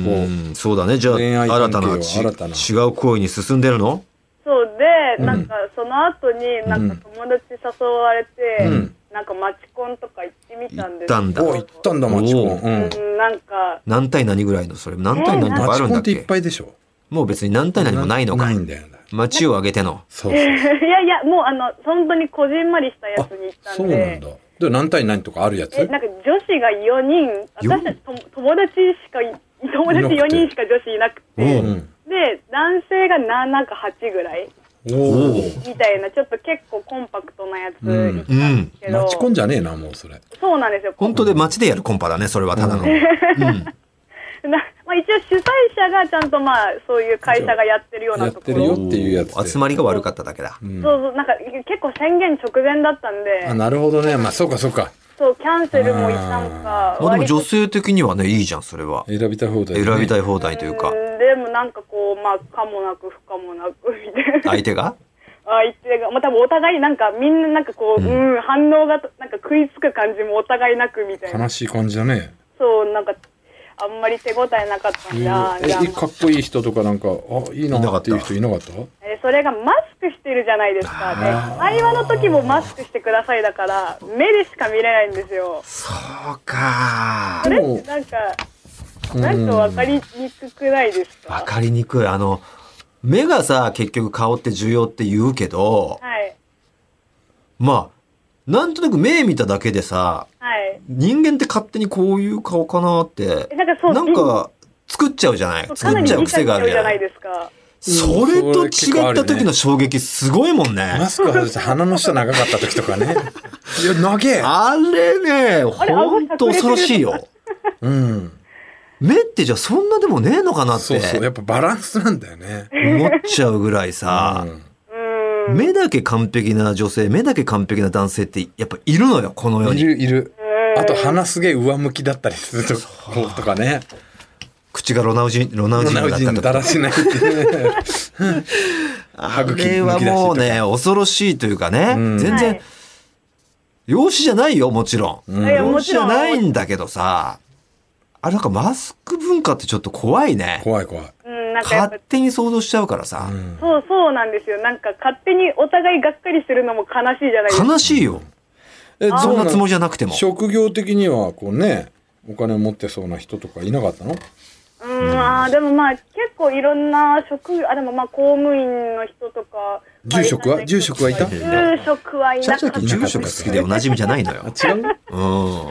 A: んそうだね。じゃあ、
B: 恋愛
A: 新
B: 関
A: た
B: 係
A: な
B: を
A: ち
B: 新たな
A: 違う行為に進んでるの
C: そうで、なんかその後に、なんか友達誘われて、
B: うん
C: なんか街コンとか行ってみたん
A: 行っ
C: で
A: たん
C: す
A: だ
B: お行ったんだ、マチコン。うん。
C: うん、なんか、
A: 何対何ぐらいのそれ何対何とか
B: マ
A: あ
B: チ
A: るん
B: コン
A: だ
B: っ
A: って
B: いっ
A: け
B: ぱいでしょ。
A: もう別に何対何もないのか
B: ないいんだよね。
A: 街を挙げての
B: そうそう。
C: いやいや、もうあの、本当にこじんまりしたや
B: あ
C: つに行った
B: そ
C: ん
B: うなん
C: で
B: だ。、で、何対何とかあるやつ
C: え、なんか女子が4人、私たちと友達しかい、友達4人しか女子いなくて、
B: うん。
C: で、男性が7、なんか8ぐらい
B: おおー。
C: みたいな、ちょっと結構コンパクトなやつ行ったんですけど、
B: マチコンじゃねえな、もうそれ。
C: そうなんですよ。
A: 本当で街でやるコンパだね、それはただの。
B: うん
A: うん。
C: なまあ、一応主催者がちゃんとまあそういう会社がやってるような
B: や
C: とこ
B: ってるよ
C: ろ
B: っていうやつで
A: 集まりが悪かっただけだ。
B: うん
C: そうそうなんか結構宣言直前だったん
B: あ、
C: で
B: なるほどね。まあ、そうかそうか。
C: そうキャンセルもいたのか
A: まあでも女
C: 性
A: 性的にはね、いいじゃん、それは。
B: 選びたい放題だね。
A: 選びた
B: い。
A: い放題というか、
C: でもなんかこうまあかもなく不可もなくみたいな
A: 相手が
C: 相手がまあ多分お互いなんかみんななんかこう、うん、反応がなんか食いつく感じもお互いなくみたいな
B: 悲しい感じだね。
C: そうなんかあんまり手応えなかったん
B: え
C: であーじゃあ、
B: かっこいい人とかなんか、あ、いい
A: いなか
B: な
A: っ
B: ったていう人いなかった
C: えーそれがマスクしてるじゃないですか。で、会話の時もマスクしてくださいだから、目でしか見れないんですよ。
A: そうか
C: それっ
B: でも
C: てなんか、なんか分かりにくくないです
A: わ
C: か
A: かりにくい。あの、目がさ、結局顔って重要って言うけど、
C: はい。
A: まあ、なんとなく目見ただけでさ、
C: はい。
A: 人間って勝手にこういう顔かなって
C: え、なんかそう
A: なんか作っちゃうじゃない
C: か
A: 作
C: な
A: っ
C: り
A: ちゃう
C: 理解し
A: 癖
C: ち
A: が
C: ゃ
A: あ
C: う
A: る
C: じ
A: じゃ
C: ゃ
A: な
C: ない
A: い。
C: ですか。
A: それと違った時の衝撃すごいもんね
B: マ。スク外して鼻の下長かった時とか ね。いや、長え。
A: あれね、
C: れ
A: ほんと恐ろしいよ。
B: うん。
A: 目ってじゃあそんなでもねえのかなっ
B: そうそう。
A: て
B: やっぱバランスなんだよね。
A: 思っちゃうぐらいさ、
B: う
C: うーん。
A: 目だけ完璧な女性、目だけ完璧な男性ってやっぱいるのよ、この世
B: ん。い
A: に。
B: る、いる。
C: うん
B: あと鼻すげえ上向きだったりするとことかね。
A: 口がロナウジン、ロナウジン
B: ナ
A: だ
B: ウ
A: った
B: ジン
A: と
B: だら
A: か。
B: しないっていうね。
A: あ
B: 歯茎
A: れはもうね、恐ろしいというかね、
B: うん
A: 全
C: は
A: 然
C: い、
A: 容姿じゃないよ、もちろん。
B: ん
C: いや
A: 容
C: も
A: 姿
C: ち
A: じ
C: ろ
A: ゃ
C: ん。
A: ないんだけどさ、あれなんかマスク文化ってちょっと怖いね。
B: 怖い怖い。
C: うん、なんかやっぱ
A: 勝、手に想像しちゃうからさ
B: う、ん。
C: そうそうなんですよ。なんか勝手にお互いがっかりするのも悲しいじゃないですか。
A: 悲しいよ。
B: え、
A: そんなつもり
B: り
A: じゃなくても。
B: 職業的には、こうね、お金を持ってそうな人とかいなかったの
C: うーん、あーでもまあ結構いろんな職業、あ、でもまあ公務員の人とか。
B: 住職は住職はいた
C: 住職はいなか
B: ちょ
C: っ
B: っと
C: た。
B: 聞い
A: 住職好きでおなじみじゃないのよ。
B: 違う
A: う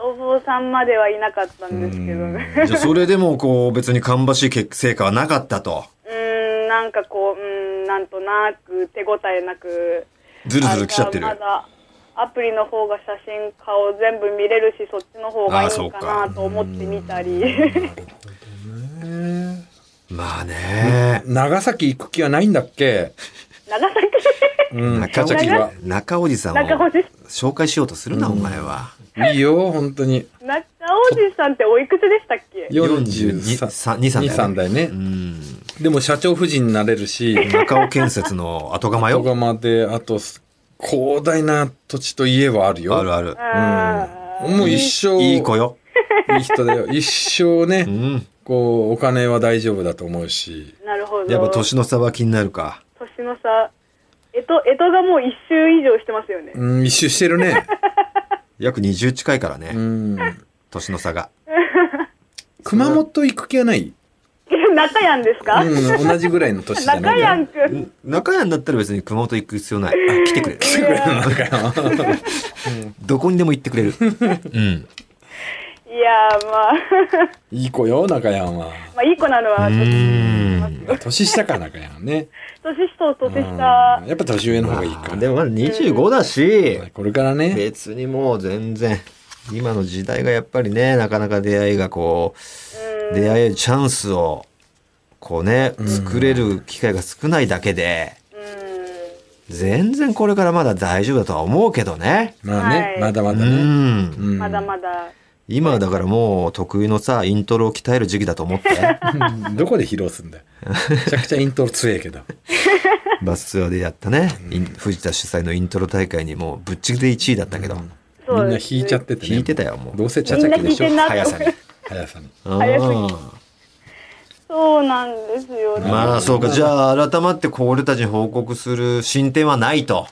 C: お坊さんまではいなかったんですけどね。
A: ん。じゃあそれでもこう別に芳しい結成果はなかったと。
C: うーん、なんかこう、うーん、なんとなく手応えなく。
A: ずるずる来ちゃってる
C: あ。じゃあまだアプリの方が写真顔全部見れるし、そっちの方がい
A: あーそ
C: いうか
A: か
C: なと思ってみたり。
A: まあね。
B: 長崎行く気はないんだっけ
C: 長崎
B: うん、キャチャキは
A: 中。中おじさんを
C: 中おじ
A: 紹介しようとするな、お前は。
B: いいよ、本当に。
C: 中おじさんっておいくつでしたっけ
A: 42
B: 43代ね
A: う。ん。
B: でも社長夫人になれるし、
A: 中尾建設の後釜
B: 後
A: よ。
B: 釜で、あと、広大な土地と家はあるよ。
A: あるある。
C: あー
B: もう一生、
A: いい子よ。
B: いい人だよ。 一生
A: う
B: ね、
A: ん。
B: こう、お金は大丈夫だと思うし。
C: なるほど。
A: やっぱ年の差は気になるか。
C: 年の差。えと、えとがもう一周以上してますよね。
B: うん、一周して るね。
A: 約20近いから
B: う
A: ね、
B: ん。
A: 年の差が。
B: 熊本行く気はない
C: 中やんですか、
B: うん、同じぐらいの年じゃな
C: 中
B: い
C: やんくん。
A: 中屋になったら別に熊本行く必要ない。あ来てくれる。
B: 来てくれるのなんかよ
A: どこにでも行ってくれ る。うん。
C: いやー、まあ、
B: いい子よ、中山は。
C: まあ、いい子なのは、
A: うーん
B: 年下か、中山ね。
C: 年下、年
B: うん
C: 下。
B: やっぱ年上の方がいいか。
A: でもまだ25だし、
B: これからね、
A: 別にもう全然、今の時代がやっぱりね、なかなか出会いがこう、出会えるチャンスを、こうね、作れる機会が少ないだけで、
C: うん。
A: 全然これからまだ大丈夫だとは思うけどね。
B: まあね、
C: はい
B: まだま
A: う。
B: だね。うんん
C: まだまだ。
A: い今はだからもう得意のさ、イントロを鍛える時期だと思って、
B: どこで披露すんだよめちゃくちゃイントロ強えけど
A: バスツアーでやったね、イン藤田主催のイントロ大会にもうぶっちぎりで1位だったけど、
C: そ
B: み
C: うん
B: な
C: です
B: 弾いちゃっててね
A: 弾いてたよもう
B: どうせちゃちゃきでしょ
C: みんな弾いてん
B: 速さ
C: な
B: に速さに
A: あー
C: 早すぎそうなんですよね。
A: まあそうか、じゃあ改まってこう俺たちに報告する進展はないと。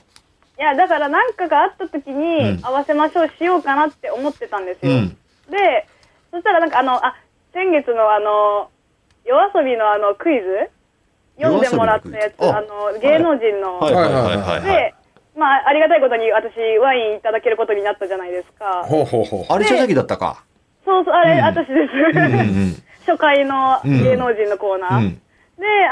C: いや、だから何かがあった
A: う
C: 時
A: ん
C: に合わせましょうしようかなって思ってたんですよ。
A: うん
C: で、そしたらなんかあの、あ、先月のあの、夜遊びのあのクイズ読んでもらったやつ、
A: 夜遊びのクイズあ
C: あの、芸能人の。
B: いはいはいはい
C: で、まあありがたいことに私ワインいただけることになったじゃないですか。
B: ほうほうほう
A: あれ、茶崎だったか。
C: そうそう、あれ、私です。
A: うん
C: 初回の芸能人のコー
A: う
C: ナー。
A: ん。
C: で、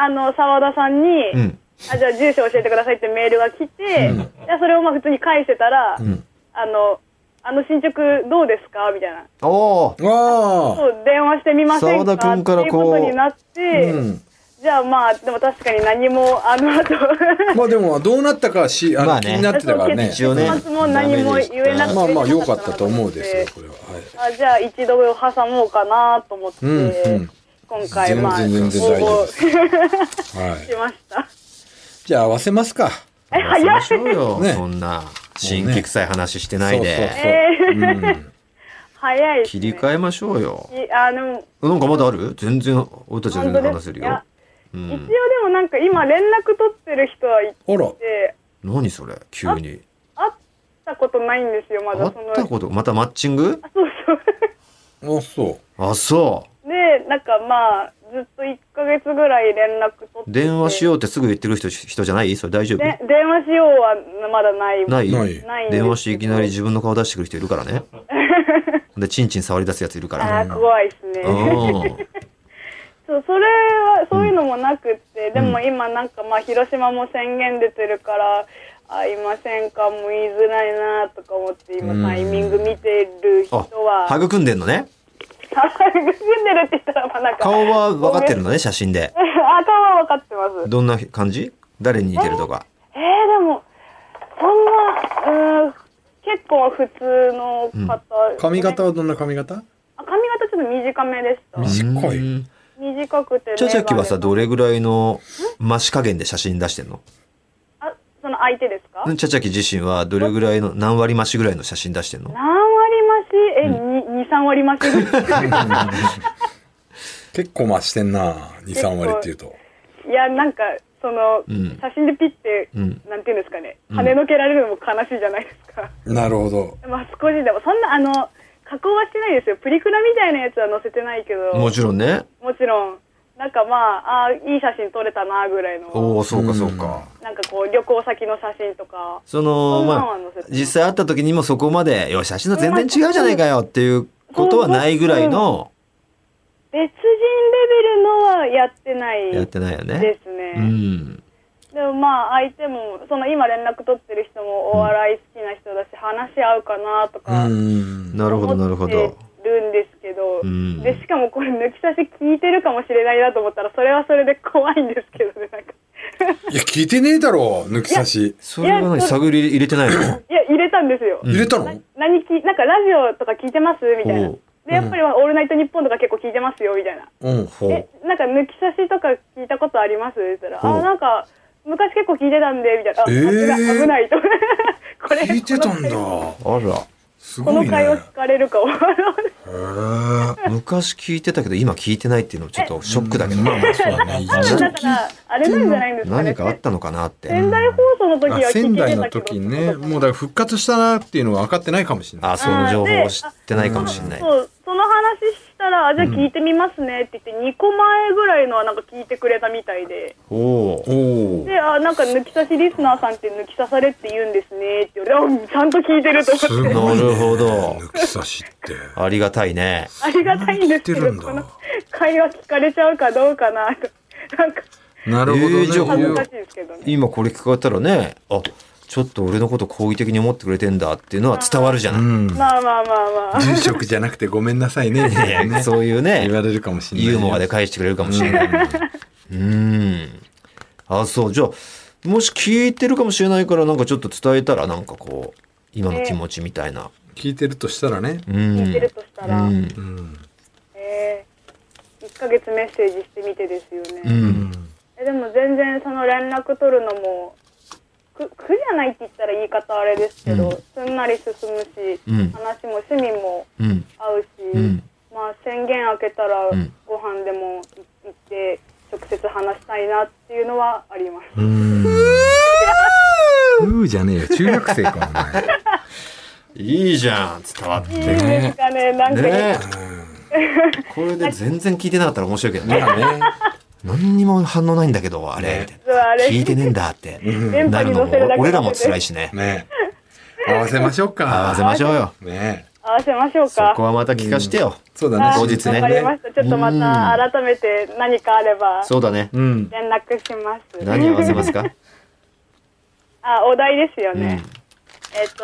C: あの、沢田さんに、
A: うん。
C: あじゃあ住所教えてくださいってメールが来て、
B: うん
C: でそれをまあ普通に返してたら、
B: ん
C: あの、あの進捗どうですかみたいな。
A: おー
B: わ
C: そう、電話してみませんか
A: 沢田君からこう
C: っていうことになって、
B: うん
C: じゃあまあ、でも確かに何も、あの後、
B: あまあでもどうなったかしあの、
A: まあね
B: 気になってたからね
A: 一応ね
C: 結末も何も言えなくて。
B: まあまあ良かったと思うですよこれは、はい、
C: あじゃあ一度挟もうかなと思って、
B: うんうん
C: 今回まあ、
B: 全然全然大丈夫
C: 応募
B: で
C: し
B: はい、
C: ました。
B: じゃあ合わせますか
C: え、早い
A: しょうよ、
B: ね
A: そんな。新規臭い話してない
B: そうそう
A: で。
B: そう、
C: 早いです、
A: 切り
C: ね。
A: 替えましょうよ。
C: いあでも
A: なんかまだある全然俺たち
C: 本
A: 全
C: 当
A: 然
C: です
A: 話せる
C: い
A: よ
C: や。
A: う
C: 一応
A: ん
C: で。もなんか今連絡取ってる人はい
B: うん、あら
C: て
A: 何それ急に。
C: 会ったことないんですよま
A: 会
C: だ
A: っ
C: その
A: たこと、またマッチング
C: そ
B: あ
C: うそう
B: そう
A: あ、そ
C: でなんかまあずっと1ヶ月ぐらい連絡取って
A: う。電話し
C: よ
A: ようってすぐ言ってる人、人じゃないそれ大丈
C: うで電話しようはまだない
A: 夫ない
B: ない
C: ないんですけど
A: 電話していきなり自分の顔出してくる人いるから ね。で、チンチン触り出すやついるか
C: あ
A: ら。
C: あ怖いですね
A: うん。
C: そうそれはそういうのもなくって、でも今なんかまあ広島も宣言出てるから会いませんかも言いづらいなとか思って今タイミング見てる人
A: あ
C: は、
A: 育んでんのね。
C: 住んでるって言ったらまあなんか
A: 顔は分かってるのね、写真で。
C: 頭は分かってます。
A: どんな感じ誰に似てるとか。
C: えー、でも、そんな、うーん、結構普通の方。
B: 髪型はどんな髪型
C: あ髪型ちょっと短めでした。
B: 短い
A: うん
C: 短くて。
A: チャチャキはさ、
C: メガネ
A: どれぐらいの増し加減で写真出してんの
C: あ、その相手ですか
A: チャチャキ自身はどれぐらいの、何割増しぐらいの写真出してんの
C: 何割増しえ、に2、3割増しぐら
B: 結構増してんな23割っていうと
C: い。いや、なんか、その、
A: うん
C: 写真でピッて、
A: うん
C: なんていうんですかね、
A: ん
C: 跳ねのけられるのも悲しいじゃないですか。
B: なるほど
C: まあ少しでも、そんな、あの、加工はしてないですよ。プリクラみたいなやつは載せてないけど。
A: もちろんね。
C: もちろん、なんかまあ、あーいい写真撮れたなぐらい
A: お
C: の、
A: おそうかそうか。
C: なんかこう、旅行先の写真とか、
A: その、
C: そんなの
A: まあ
C: は載せ、てない
A: 実際会った時にもそこまで、よし、写真と全然違うじゃないかよっていうことはないぐらいの、
C: 別人レベルのはやってない
A: やっ
C: で
A: てないよね。
C: す
A: う
C: ね。
A: ん。
C: でもまあ、相手も、その今連絡取ってる人もお笑い好きな人だし、話し合うかなと
B: う
C: か、
B: ん
A: なるほど、なるほ
C: 思っ
A: ど
C: て。るんですけど、
A: うん
C: で、しかもこれ抜き差し聞いてるかもしれないなと思ったら、それはそれで怖いんですけどね、なんか。
B: いや聞いてねえだろ抜き差し
A: それは何
C: いや
A: 探り入れてない の
C: いや、入れたんですよ。
B: 入れたの、
C: 何きなんかラジオとか聞いてますみたいな
A: おう
C: でやっぱり「オールナイトニッポン」とか結構聞いてますよみたいな
B: うん
A: ほう
C: え。なんか抜き差しとか聞いたことありますって言ったら「
A: おう
C: あなんか昔結構聞いてたんで」みたいなあ「
B: えー
C: 危ない危ない」とこれ
B: 聞いてたんだ
C: この
A: あら。
B: す
C: こ
B: ご
C: の
B: いね
C: 会を聞かれるかを
B: へー
A: 昔聞いてたけど今聞いてないっていうのちょっとショックだけど、
B: まあまあそうだね一
C: 多分だ
B: 応
C: からあれなんじゃないんですかね
A: 何かあったのかなって、
C: 仙台放送の時は
B: あ
C: 聞いてたけど
B: 仙台の時にねもうだから復活したなっていうのは分かってないかもしれない
A: あその情報を知ってないかもしれない、
C: そうその話したらあ「じゃあ聞いてみますね」って言って2個前ぐらいのはなんか聞いてくれたみたいで。
A: おお
B: おお
C: で、あ、なんか抜き差しリスナーさんって抜き差されって言うんですねって言われてあちゃんと聞いてると
B: すご
C: 思
B: いね
C: って、
A: なるほど
B: 抜き差しって
A: ありがたいね
C: ありがたいんですけ
B: 聞いてる
C: ど、
B: んだ
C: この会話聞かれちゃうかどうかなと、なんか
B: なるほどね、
A: えーじゃあ
C: 恥ずかしいですけどね。
A: 今これ聞かれたらねあちょっと俺のこと好意的に思ってくれてんだっていうのは伝わるじゃ
B: う
A: ない、
B: ん
C: まあまあまあまあ。
B: 住職じゃなくてごめんなさいね
A: いやそういうね
B: 言われるかもしれない
A: ユーモアで返してくれるかもしれないうんあそうじゃあもし聞いてるかもしれないからなんかちょっと伝えたらなんかこう今の気持ちみたいな、
B: 聞いてるとしたらね。
A: うん
C: 聞いてるとしたら、
B: うん。
A: うん
C: えー、1ヶ月メッセージしてみてですよね、
B: うん。
C: えでも全然その連絡取るのも苦苦じゃないって言ったら言い方あれですけど、すんなり進むし、
B: うん
C: 話も趣味も
B: うん。
C: 合うし、
B: うん
C: まあ宣言開けたら
B: うん
C: ご飯でも行って直接話したいなっていうのはありま
A: う
C: す、
A: ん
B: うーじゃねえよ。中学生か、お
A: いいじゃん伝わって
C: いいですかねなんか、
A: ねえこれで全然聞いてなかったら面白いけどね
B: 前。ね。
A: 何にも反応ないんだけどあれみたいな
C: 実はあれ
A: 聞いてねえんだって
C: 電
A: なる
C: 波に
A: のも
C: 乗せるだけ
A: 俺らも辛いしね
B: ね合わせましょう
A: 合
B: か。
A: わせましょうよ
B: ね
C: 合わせましょう
A: そ
C: か
A: こはまた聞かしてよ
B: そうだね
C: はい。
A: 後日ね
C: わかりましたちょっとまた改めて何かあれば
A: そうだね
B: うん。
C: 連絡します
A: 何合わせますか
C: あお題ですよ
A: うん
C: ね、えっ、と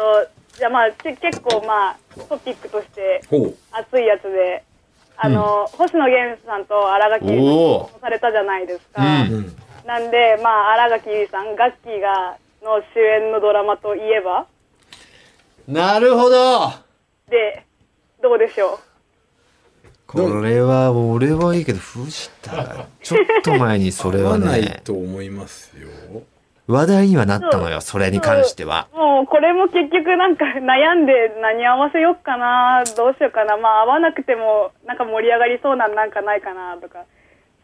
C: じゃあまあち結構まあトピックとして
B: ほ
C: 熱いやつであの、星野源さんと新垣結衣
A: お
C: さんされたじゃないですか、
A: ー
B: う。
A: う
B: うんん。
C: なんでまあ新垣結衣さんガッキーがの主演のドラマといえば
A: なるほど
C: でどうでしょ
A: これは俺はいいけど藤 田ちょっと前にそれ
B: 合わ
A: は
B: ない
A: ね
B: と思いますよ。
A: 話題にはなったのよそれに関しては
C: うもうこれも結局なんか悩んで何合わせよっかなどうしようかなまあ合わなくてもなんか盛り上がりそうなんなんかないかなとか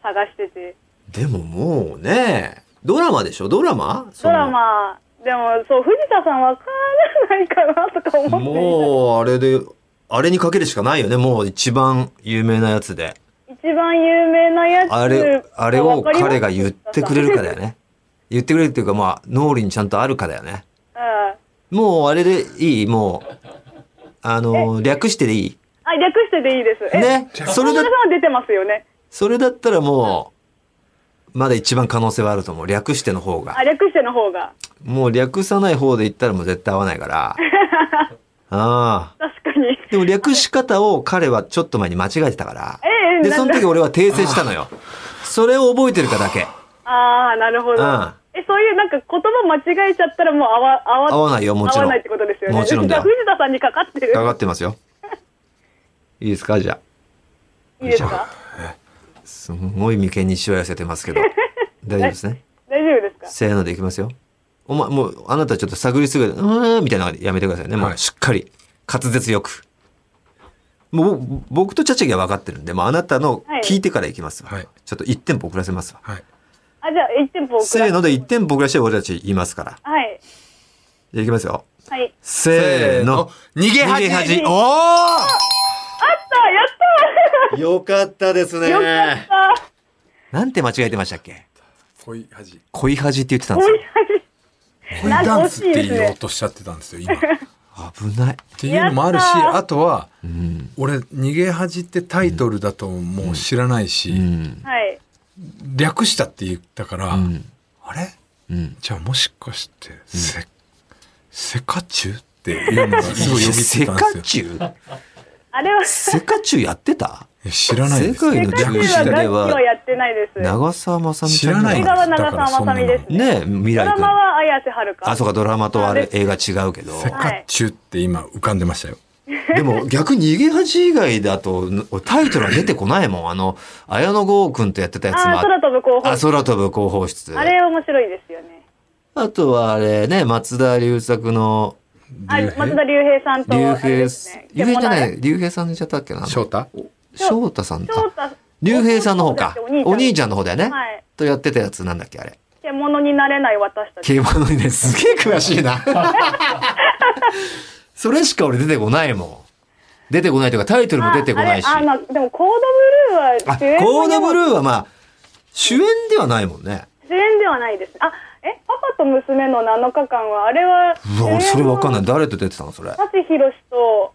C: 探してて
A: でももうねドラマでしょドラマそ
C: ド
A: の
C: ラマでもそう藤田さんわからないかなとか思って
A: もうあれであれにかけるしかないよねもう一番有名なやつで
C: いた一番有名なやつ
A: あれあれを
C: わかります
A: 彼が言ってくれるかだよね言ってくれるっていうかまあ脳裏にちゃんとあるかだよね
C: うんあ
A: もうあれでいいもうあの略してでいい
C: 略してでいいですえ
A: ねそれ
C: 田
A: だ
C: さんは出てますよね
A: それだったらもうまだ一番可能性はあると思う略しての方が
C: あ略しての方が
A: もう略さない方で言ったらもう絶対合わない から。ああ。
C: 確かに
A: でも略し方を彼はちょっと前に間違えてたから。
C: ええ
A: で、
C: な
A: そ
C: んだ
A: の時俺は訂正した のよ。それを覚えてるかだけ。
C: ああなるほど
A: うん
C: えそういうなんか言葉間違えちゃったらもう合わ合わ
A: 合わないよ、もち
C: 合
A: ろん。
C: わないってことですよね
A: もちろんだよ
C: 藤田さんにかかってる
A: かかってますよ。いいですかじゃあ。
C: いいですか
A: すんごい眉間にしわ寄せてます けど。大丈夫ですね。
C: 大丈夫ですか
A: せーのでいきますよ。お前、もう、あなたちょっと探りすぐ、うーん、みたいなのやめてくださいね。も
B: は
A: う、
B: い
A: しっかり、滑舌よく。もう、ぼ僕とチャチャギは分かってるんで、もうあなたの
C: はい
A: 聞いてからいきますわ。
B: はい
A: ちょっと1店舗遅らせますわ。
B: はい。
C: あじゃあ1店舗送
A: せーので1店舗遅らして俺たち言いますから。
C: はい
A: じゃあいきますよ。
C: はい
A: せーの。
B: 逃げ恥。
A: 逃げ恥
B: お
A: よかったですね。
C: よかった
A: なんて間違えてましたっけ
B: お。恋恥。
A: 恋恥って言ってたんで
C: お
A: す
C: い
A: よ。
B: 恋ダンスって言おうとしちゃってたんですよ。今。っ
A: 危ない。
B: ていうのもあるし、
C: やったー
B: あとは。
A: うん。
B: 俺逃げ恥ってタイトルだともう知らないし、
A: うん。
C: はい
B: 略したって言ったから、
A: うん。
B: あれ
A: うん。
B: じゃあもしかして、せセカチュウっていうのがすごいよぎって
A: セ
B: た
A: カ
B: んです
A: チュウ
C: あれは
A: セカチュウやってた
B: よ知らないです
A: 世界
C: 世
A: の
C: 界
A: 略
C: 中
A: し
C: は
A: た
C: 楽
A: で
C: 器は
A: は
C: やってないです。ド
A: 長澤まさみちゃん
B: 知ら
C: 映
B: な
C: 画
B: い
C: は長澤まさみで
B: だから
C: す
B: そ。ん
A: ねえ未
C: ド
A: 来
C: ラ
A: 君
C: マは綾瀬はるか。
A: あそうかドラマとあれ映画違うけど
B: セカチュウって今浮かんでましたよ、
A: でも逆に逃げ恥以外だとタイトルは出てこないもんあの綾野剛君とやってたやつも
C: あー、空飛ぶ候補
A: あ。空飛ぶ広報室
C: あれ面白いですよね。
A: あとはあれね松田龍作の
C: あ、
B: 竜
C: 松
B: 兵
C: 田龍平さんと。
A: 龍
C: あれ
A: 平
C: ですね
A: 龍平じゃな。
C: 獣
A: い龍平さんじゃったっけな
B: 翔太
A: 翔太さん
C: だ翔
A: あ
C: 太。
A: 龍平さんの方かお兄ち
C: ゃ
A: ゃんの方だよね
C: はい。
A: とやってたやつなんだっけあれ
C: 獣になれない私たち。
A: 競馬のね、すげえ詳しいな。 それしか俺出てこないもん。出てこないというか、タイトルも出てこないし。
C: あ、あ
A: あ
C: れ、あまあでもコードブルーは主演
A: コードブル
C: ー
A: ーはまあ、主演ではないもんね。
C: 主演ではないです。あ、え、パパと娘の7日間は、あれは。。
A: うわ、俺それわかんないい。誰と出てたのそれ。
C: 舘ひろしと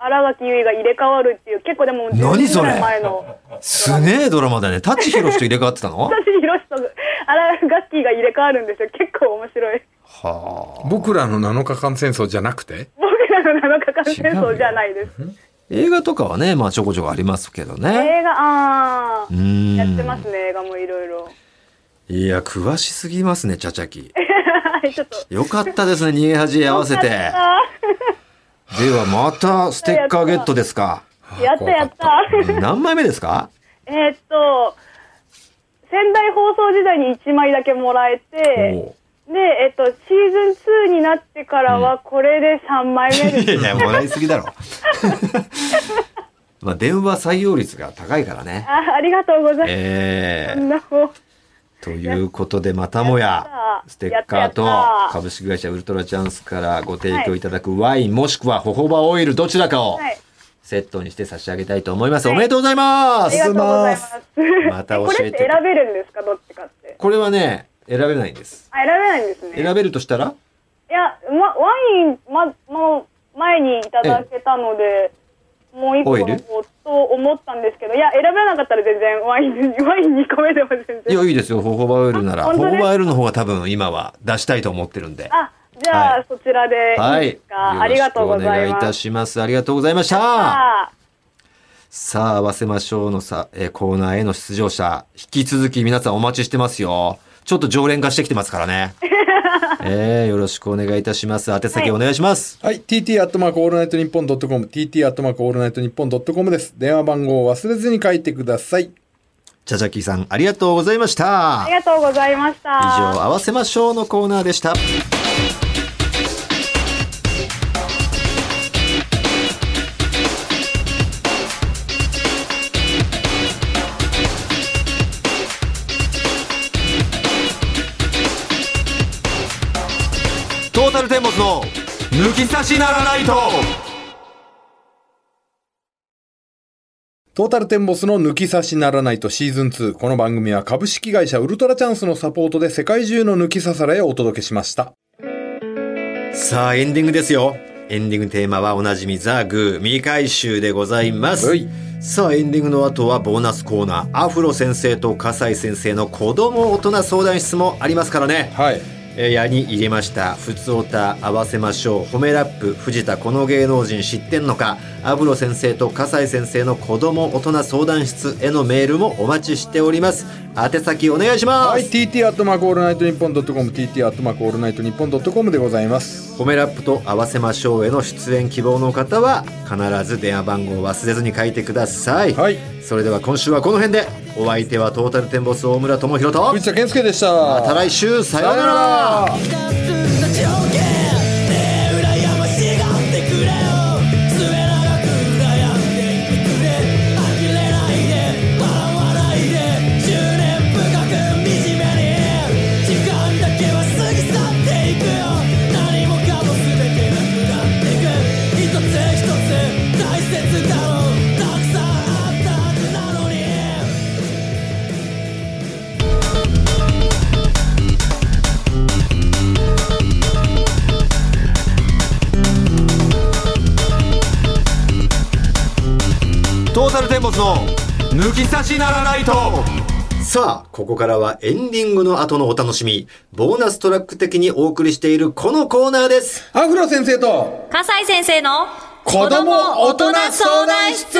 C: 新垣結衣が入れ替わるっていう、結構でも10
A: 何
C: 年
A: そ
C: ぐ
A: れ
C: らい前の。
A: すげえドラマだね。タチヒロシと入れ替わって たの
C: 舘ひろしと新垣結衣が入れ替わるんですよ。結構面白い。
A: はあ。
B: 僕らの7日間戦争じゃなくて
C: 僕らの7日間戦争じゃないです。
A: 映画とかはね、まあちょこちょこありますけどね。
C: 映画、あ
A: う
C: ー。
A: ーん。
C: やってますね、映画もいろいろ。
A: いや、詳しすぎますね、チャチャキ。
C: はい、ちょっと。
A: よかったですね、逃げ恥合わせて。
C: あ
A: ではまたステッカーゲットです か。
C: やったやった。
A: 何枚目ですか
C: えーっと、仙台放送時代に1枚だけもらえて、
B: お
C: で、えっと、シーズン2になってからは、これで3枚目です。
A: いやいや、もらいすぎだろ。まあ、電話採用率が高いからね。
C: あありがとうございます。
A: え
C: そ
A: え
C: んなもん
A: ということで、またもや
C: やっ、た
A: ステッカーと
C: やったやった
A: 株式会社ウルトラチャンスからご提供いただくワイン、もしくはホホバオイル、どちらかを
C: はい。
A: セットにして差し上げたいと思います。おめでとうございま
C: あ
A: す
C: りがとうございます。
A: また教
C: これ
A: え
C: ってて選べるんですかどっちかって。
A: これはね、選べないんです。
C: あ、選べないんですね。
A: 選べるとしたら
C: いや、ま、ワイン、ま、もう、前にいただけたので、もう一個
A: オイル
C: の方と思ったんですけど、いや、選べなかったら全然、ワイン、ワイン2個目でも全
A: いや、
C: 然。
A: いいですよ。ホホバオイルなら。
C: あ
A: ホ
C: 本
A: ホ
C: 当ですか
A: バオイルの方が多分今は出したいと思ってるんで。
C: あ、じゃあ、
A: はい
C: そちらで
A: はい
C: い
A: い
C: です。か、ありがとうござ
A: よろ
C: い
A: しくお願いい
C: ま
A: た
C: す。
A: します。ありがとうございました。
C: あ
A: さあ、合わせましょうのさ、えーコーナーへの出場者、引き続き皆さんお待ちしてますよ。ちょっと常連化してきてますから ね。えー、よろしくお願いいたします。宛先お願いします。
B: はい、tt アットマークオールナイトニッポンドットコム、tt アットマークオールナイトニッポンドットコムです。電話番号を忘れずに書いてください。
A: チャチャキさん、ありがとうございまし
C: あ
A: た
C: り。がとうございました。
A: 以上、合わせましょうのコーナーでした。トータルテンボスの抜き差しならないと。
B: トータルテンボスの抜き差しならないとシーズン2。この番組は株式会社ウルトラチャンスのサポートで世界中の抜き差されをお届けしました。
A: さあ、エンディングですよ。エンディングテーマはおなじみザ・グー未回収でございます。
B: はい
A: さあ、エンディングの後はボーナスコーナー、アフロ先生と笠井先生の子供大人相談室もありますからね。
B: はい。
A: えー矢に入れました「ふつおた合わせましょう」「褒めラップ」「藤田この芸能人知ってんのか」「アブロ先生と笠井先生の子供大人相談室」へのメールもお待ちしております宛先お願いします、
B: はい、tt アットマークオールナイトニッポンドットコム、tt アットマークオールナイトニッポンドットコムでございます。
A: 褒めラップと合わせましょうへの出演希望の方は必ず電話番号を忘れずに書いてください、
B: はい
A: それでは今週はこの辺でお相手はトータルテンボス大村智広と
B: 藤田健介でした。
A: また来週さようなら
D: 使った条件ねえ羨ましがってくれよ末永く悩んでいてくれ呆れないで笑わないで執念深く惨めに時間だけは過ぎ去っていくよ何もかも全てなくなってく一つ一つ大切だろうたくさんあったはずなのに
A: トータルテンボスの抜き差しならないとさあ、ここからはエンディングの後のお楽しみ、ボーナストラック的にお送りしているこのコーナーです。
B: アフロ先生と
E: 笠井先生の
B: 子供大人相談室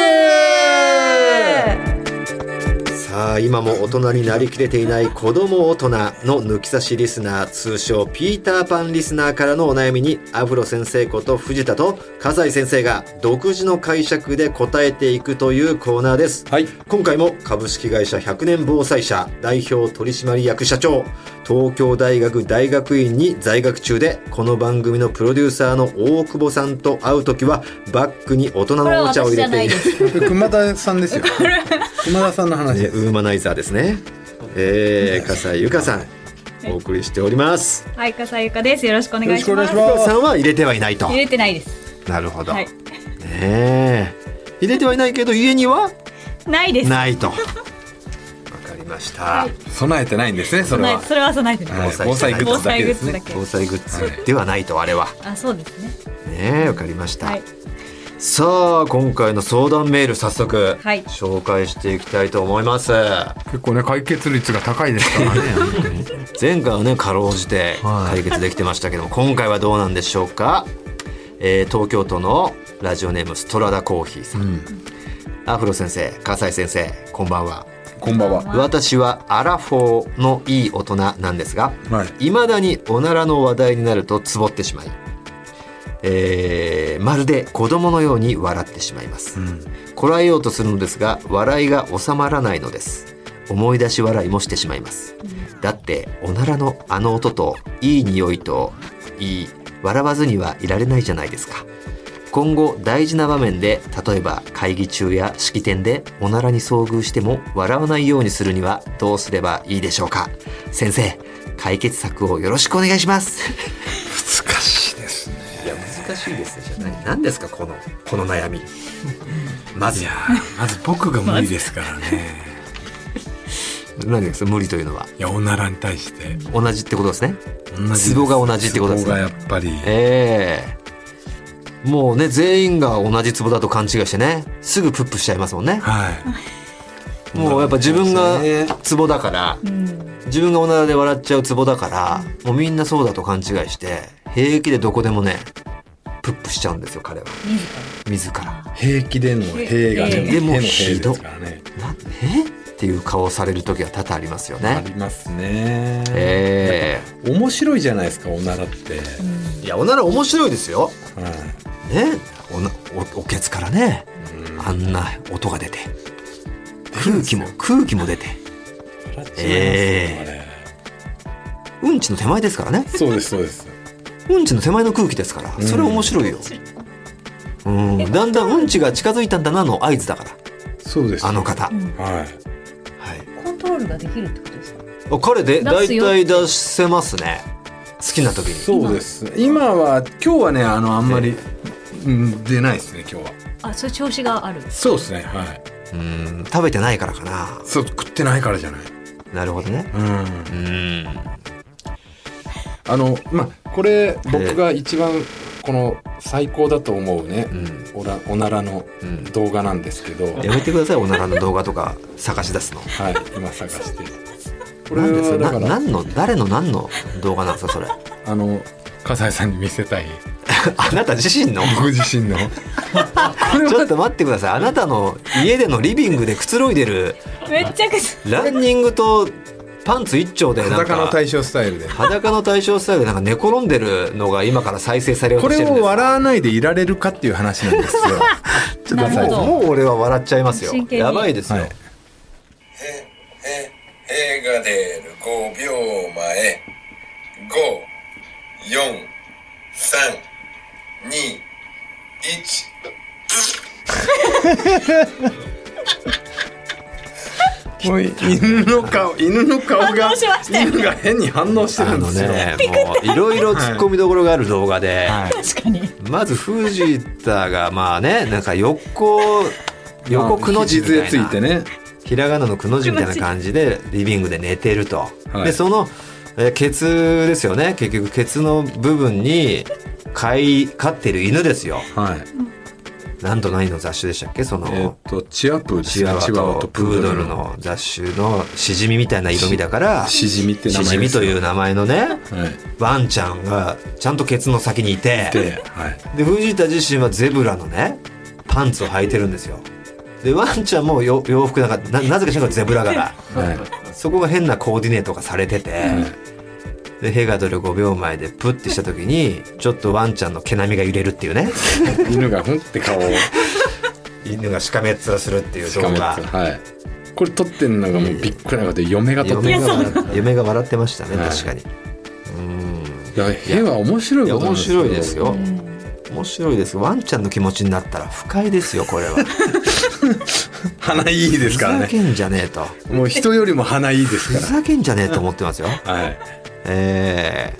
A: さあ、今も大人になりきれていない子供大人の抜き差しリスナー、通称ピーターパンリスナーからのお悩みに、アフロ先生こと藤田と笠井先生が独自の解釈で答えていくというコーナーです。
B: はい。
A: 今回も株式会社100年防災社代表取締役社長東京大学大学院に在学中でこの番組のプロデューサーの大久保さんと会う時はバッグに大人のおもちゃを入れている
B: 熊田さんで すよ。熊田さんの話
A: ね
B: です。
A: ウーマナイザーですね、えー、笠井由香さんお送りしております
E: はい笠井ゆかですよろしくお願いし
B: よろ
E: ま
B: し
E: す
B: くお願いしま
A: 由香さんは入れてはいないと
E: 入れてないです
A: なるほど、
E: はい
A: ねえ入れてはいないけど家には
E: ないです
A: な いとわかりました、
B: 備えてないんですね、それ
E: ない
B: は。
E: それは備えてない
B: はい防災グッ
E: 防
B: ズだ
E: 災
B: け
E: グ
B: で
E: ッ
B: す
E: ズだ
B: ね。
E: け
A: 防災グッズではないとあれは
E: あそうですね
A: ねえわかりました、
E: はい
A: さあ今回の相談メール早速、
E: はい
A: 紹介していきたいと思います
B: 結構ね、解決率が高いですからね。
A: 前回はねかろうじて
B: はい
A: 解決できてましたけども、今回はどうなんでしょうか、えー東京都のラジオネームストラダコーヒーさん、アフロ先生笠井先生こんばんは
B: こんばんは。
A: 私はアラフォーのいい大人なんですが、
B: はい
A: 未だにおならの話題になるとつぼってしまいえーまるで子供のように笑ってしまいます、
B: ん
A: こらえようとするのですが笑いが収まらないのです思い出し笑いもしてしまいますだっておならのあの音といい匂いといい笑わずにはいられないじゃないですか今後大事な場面で例えば会議中や式典でおならに遭遇しても笑わないようにするにはどうすればいいでしょうか先生解決策をよろしくお願いします
B: 難しいですね
A: いや難しいですねじゃない何ですかこのこの悩みまず
B: いやーまず僕が無理ですからね
A: 何ですか無理というのはい
B: やおならに対して
A: 同じってことですね
B: 同じです
A: ツボが同じってことです
B: ツボ
A: ね
B: がやっぱり
A: ええもうね全員が同じツボだと勘違いしてねすぐプップしちゃいますもんね
B: はい
A: もうやっぱ自分が
B: ね
A: ツボだから
E: うん
A: 自分がおならで笑っちゃうツボだからもうみんなそうだと勘違いして平気でどこでもねプップしちゃうんですよ彼は自ら
B: 平気での兵がね
E: へ
A: でも
B: への兵
A: ひど
B: ですからね
A: なんえっていう顔をされる時は多々ありますよ
B: あ
A: ね
B: りますね
A: え
B: 面白いじゃないですかおならって、
A: えいやおなら面白いですよ
B: はい
A: ねおなおおけつからね
B: うん
A: あんな音が出て空気も空気も出て
B: 笑っちゃいますよ
A: え
B: あれ
A: うんちの手前ですからね
B: そうですそうです
A: うんちの手前の空気ですから
B: うん
A: それ面白いよ、うん、だんだんうんちが近づいたんだなの合図だから
B: そうです
A: あの方、
E: うん
B: はい
A: はい、
E: コントロールができるってことですか
A: あ彼で
E: 出
A: 大
E: すよ
A: 体出せますね好きな時に
B: そうです今は今日はねあのあんまり、うん出ないですね今日は
E: あそういう調子がある
B: そうですねはい
A: うん食べてないからかな
B: そう食ってないからじゃない
A: なるほどね
B: うん
A: うん
B: あのまあこれ僕が一番この最高だと思うね、
A: うん
B: おらおならの
A: うん
B: 動画なんですけど、
A: やめてくださいおならの動画とか探し出すの
B: はい今探してこれ
A: なんでそ
B: は
A: れ
B: だ
A: な
B: から
A: 何の誰の何の動画なんですか それ
B: あの笠井さんに見 せたい
A: あなた自身の
B: 僕自身のこれ
A: ちょっ
B: は
A: と待ってくださいあなたの家でのリビングでくつろいでる
E: めっちゃくち
A: ランニングとパンツ一丁でなん
B: 裸の
A: か
B: 対象スタイルで
A: 裸の対象スタイルでなんか寝転んでるのが今から再生されよう
B: こと
A: して
B: れ
A: るん
B: を
A: です
B: 笑わないでいられるかっていう話なんですよ
A: ちょっ
E: な
A: と
E: るほ
A: も
E: ど
A: うもう俺は笑っちゃいますよ
E: 真剣に
A: やばいですよ、
B: はい
F: 映画出る5秒前54321
B: もう犬の顔犬の顔が
E: 反応しましたよ
B: 犬が変に反応して
A: あ
B: るんで
A: の
B: すよ、
A: ねもういろいろ突っ込みどころがある動画で、
B: はい
E: ゃ確かに
A: まず藤田がまあねなんか横横くの字みたいな、
B: ついてね
A: ひらがなのくの字みたいな感じでリビングで寝てると、
B: はい
A: でその、えーケツですよね結局ケツの部分に飼い飼ってる犬ですよ
B: はい
A: 何と何の雑種でしたっけその、
B: えーっとチアプーです
A: チ
B: ね
A: ワワ
B: チワワ
A: と
B: と
A: プ
B: プ
A: ード
B: ード
A: ル
B: ルの
A: の雑種のシジミみたいな色味だ からシ
B: シジミって名前、
A: ジミというう名前のね
B: はい、
A: ワンちゃんがちゃんとケツの先にいて
B: で、はい、
A: で藤田自身はゼブラのねパンツを履いてるんですよでワンちゃんもよ洋服なんかななぜかしらゼブラ柄
B: はい
A: そこが変なコーディネートがされてて、
B: は
A: でヘガドル5秒前でプッてした時にちょっとワンちゃんの毛並みが揺れるっていう ね
B: い、犬がふんって顔を
A: 犬がしかめっ面するっていう
B: し
A: 動
B: かめて
A: 画
B: はいこれ撮ってんのがもうびっくりなことで嫁が撮って
A: 嫁
B: る
A: が笑嫁が笑ってましたね
B: はい
A: 確かに、うん
B: いや絵は面白
A: い
B: い
A: や
B: ことなん
A: 面白いですよ
E: うん
A: 面白いですワンちゃんの気持ちになったら不快ですよこれは
B: 鼻い いで
A: ふ
B: すから
A: ざ
B: ね
A: けんじゃねえと
B: もう人よりも鼻いいです
A: ふ
B: か
A: ざけんじゃねえと思ってますよ
B: らはい
A: え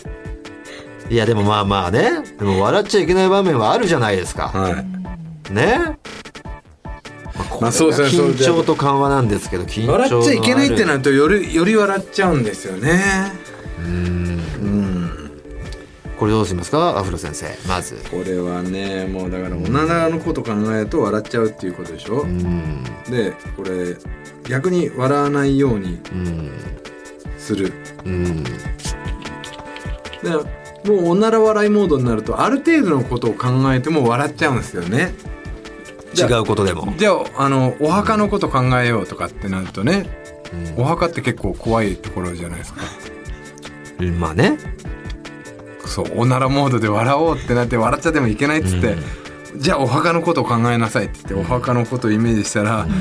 A: えいやでもまあまあねでも笑っちゃいけない場面はあるじゃないですか
B: はい
A: ねまあこれが
B: そうですねそう
A: 緊
B: ですね
A: 張と緩和なんですけど緊張のある
B: 笑っちゃいけないってなるとよりより笑っちゃうんですよね
A: うん
B: うん
A: これどうしますかアフロ先生まず
B: これはねもうだからおならのこと考えると笑っちゃうっていうことでしょ、
A: うん
B: でこれ逆に笑わないように
A: うん
B: する
A: うん
B: だからもうおなら笑いモードになるとある程度のことを考えても笑っちゃうんですよね
A: 違
B: じゃあ
A: うことでも
B: じゃああのお墓のこと考えようとかってなるとね、お墓って結構怖いところじゃないですか
A: うんまあね
B: そうおならモードで笑おうってなって笑っちゃってもいけないっつって、じゃあお墓のことを考えなさいって言ってお墓のことをイメージしたら、あの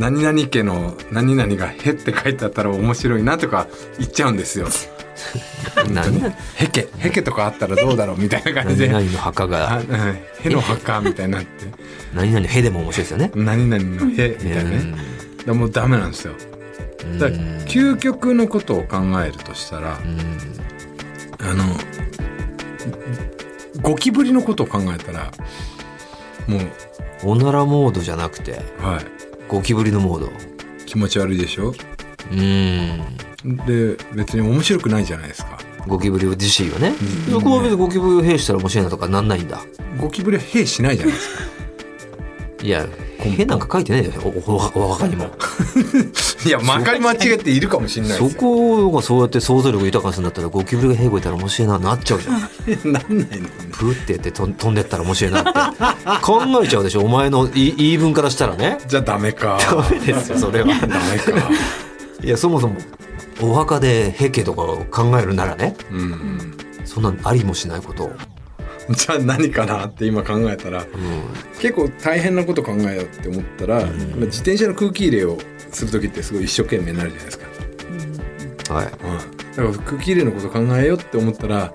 B: 何々家の何々が「へ」って書いてあったら面白いなとか言っちゃうんですよ。
A: 何々
B: へけへけとかあったらどうだろうみたいな感じ
A: 何々
B: で。
A: の墓
B: あ
A: が、
B: うんへの墓みたいになって
A: 何々のへでも面白いですよね。
B: 何々のへみたいなねだからもうダメなんですよ
A: うん
B: だから究極のことを考えるとしたら
A: うん
B: あのゴキブリのことを考えたらもう
A: おならモードじゃなくて、
B: はい
A: ゴキブリのモード。
B: 気持ち悪いでしょ
A: うん。
B: で別に面白くないじゃないですか
A: ゴキブリ自身はね。そこは別にゴキブリを兵したら面白いなとかなんないんだ。
B: ゴキブリは兵しないじゃないですか
A: いや、へなんか書いてないよ。お、お、お、お墓にも。
B: いやまかり間違えているかもしれないで
A: そ
B: すよ
A: こがそうやって想像力豊かにするんだったら、ゴキブリが兵こいたら面白いな、なっちゃうじゃん。
B: なんないの
A: プーってやってとん飛んでったら面白いなって考えちゃうでしょお前の言い言い分からしたらね
B: じゃあダメか
A: ダメですよそれは
B: ダメ か
A: いやそもそもお墓でヘケとかを考えるならね
B: うん
A: そんなありもしないことを、
B: じゃあ何かなって今考えたら
A: う
B: 結構大変なこと考えようって思ったら、まあ自転車の空気入れをする時ってすごい一生懸命になるじゃないですか、
A: ん、はい
B: だから空気入れのこと考えようって思ったら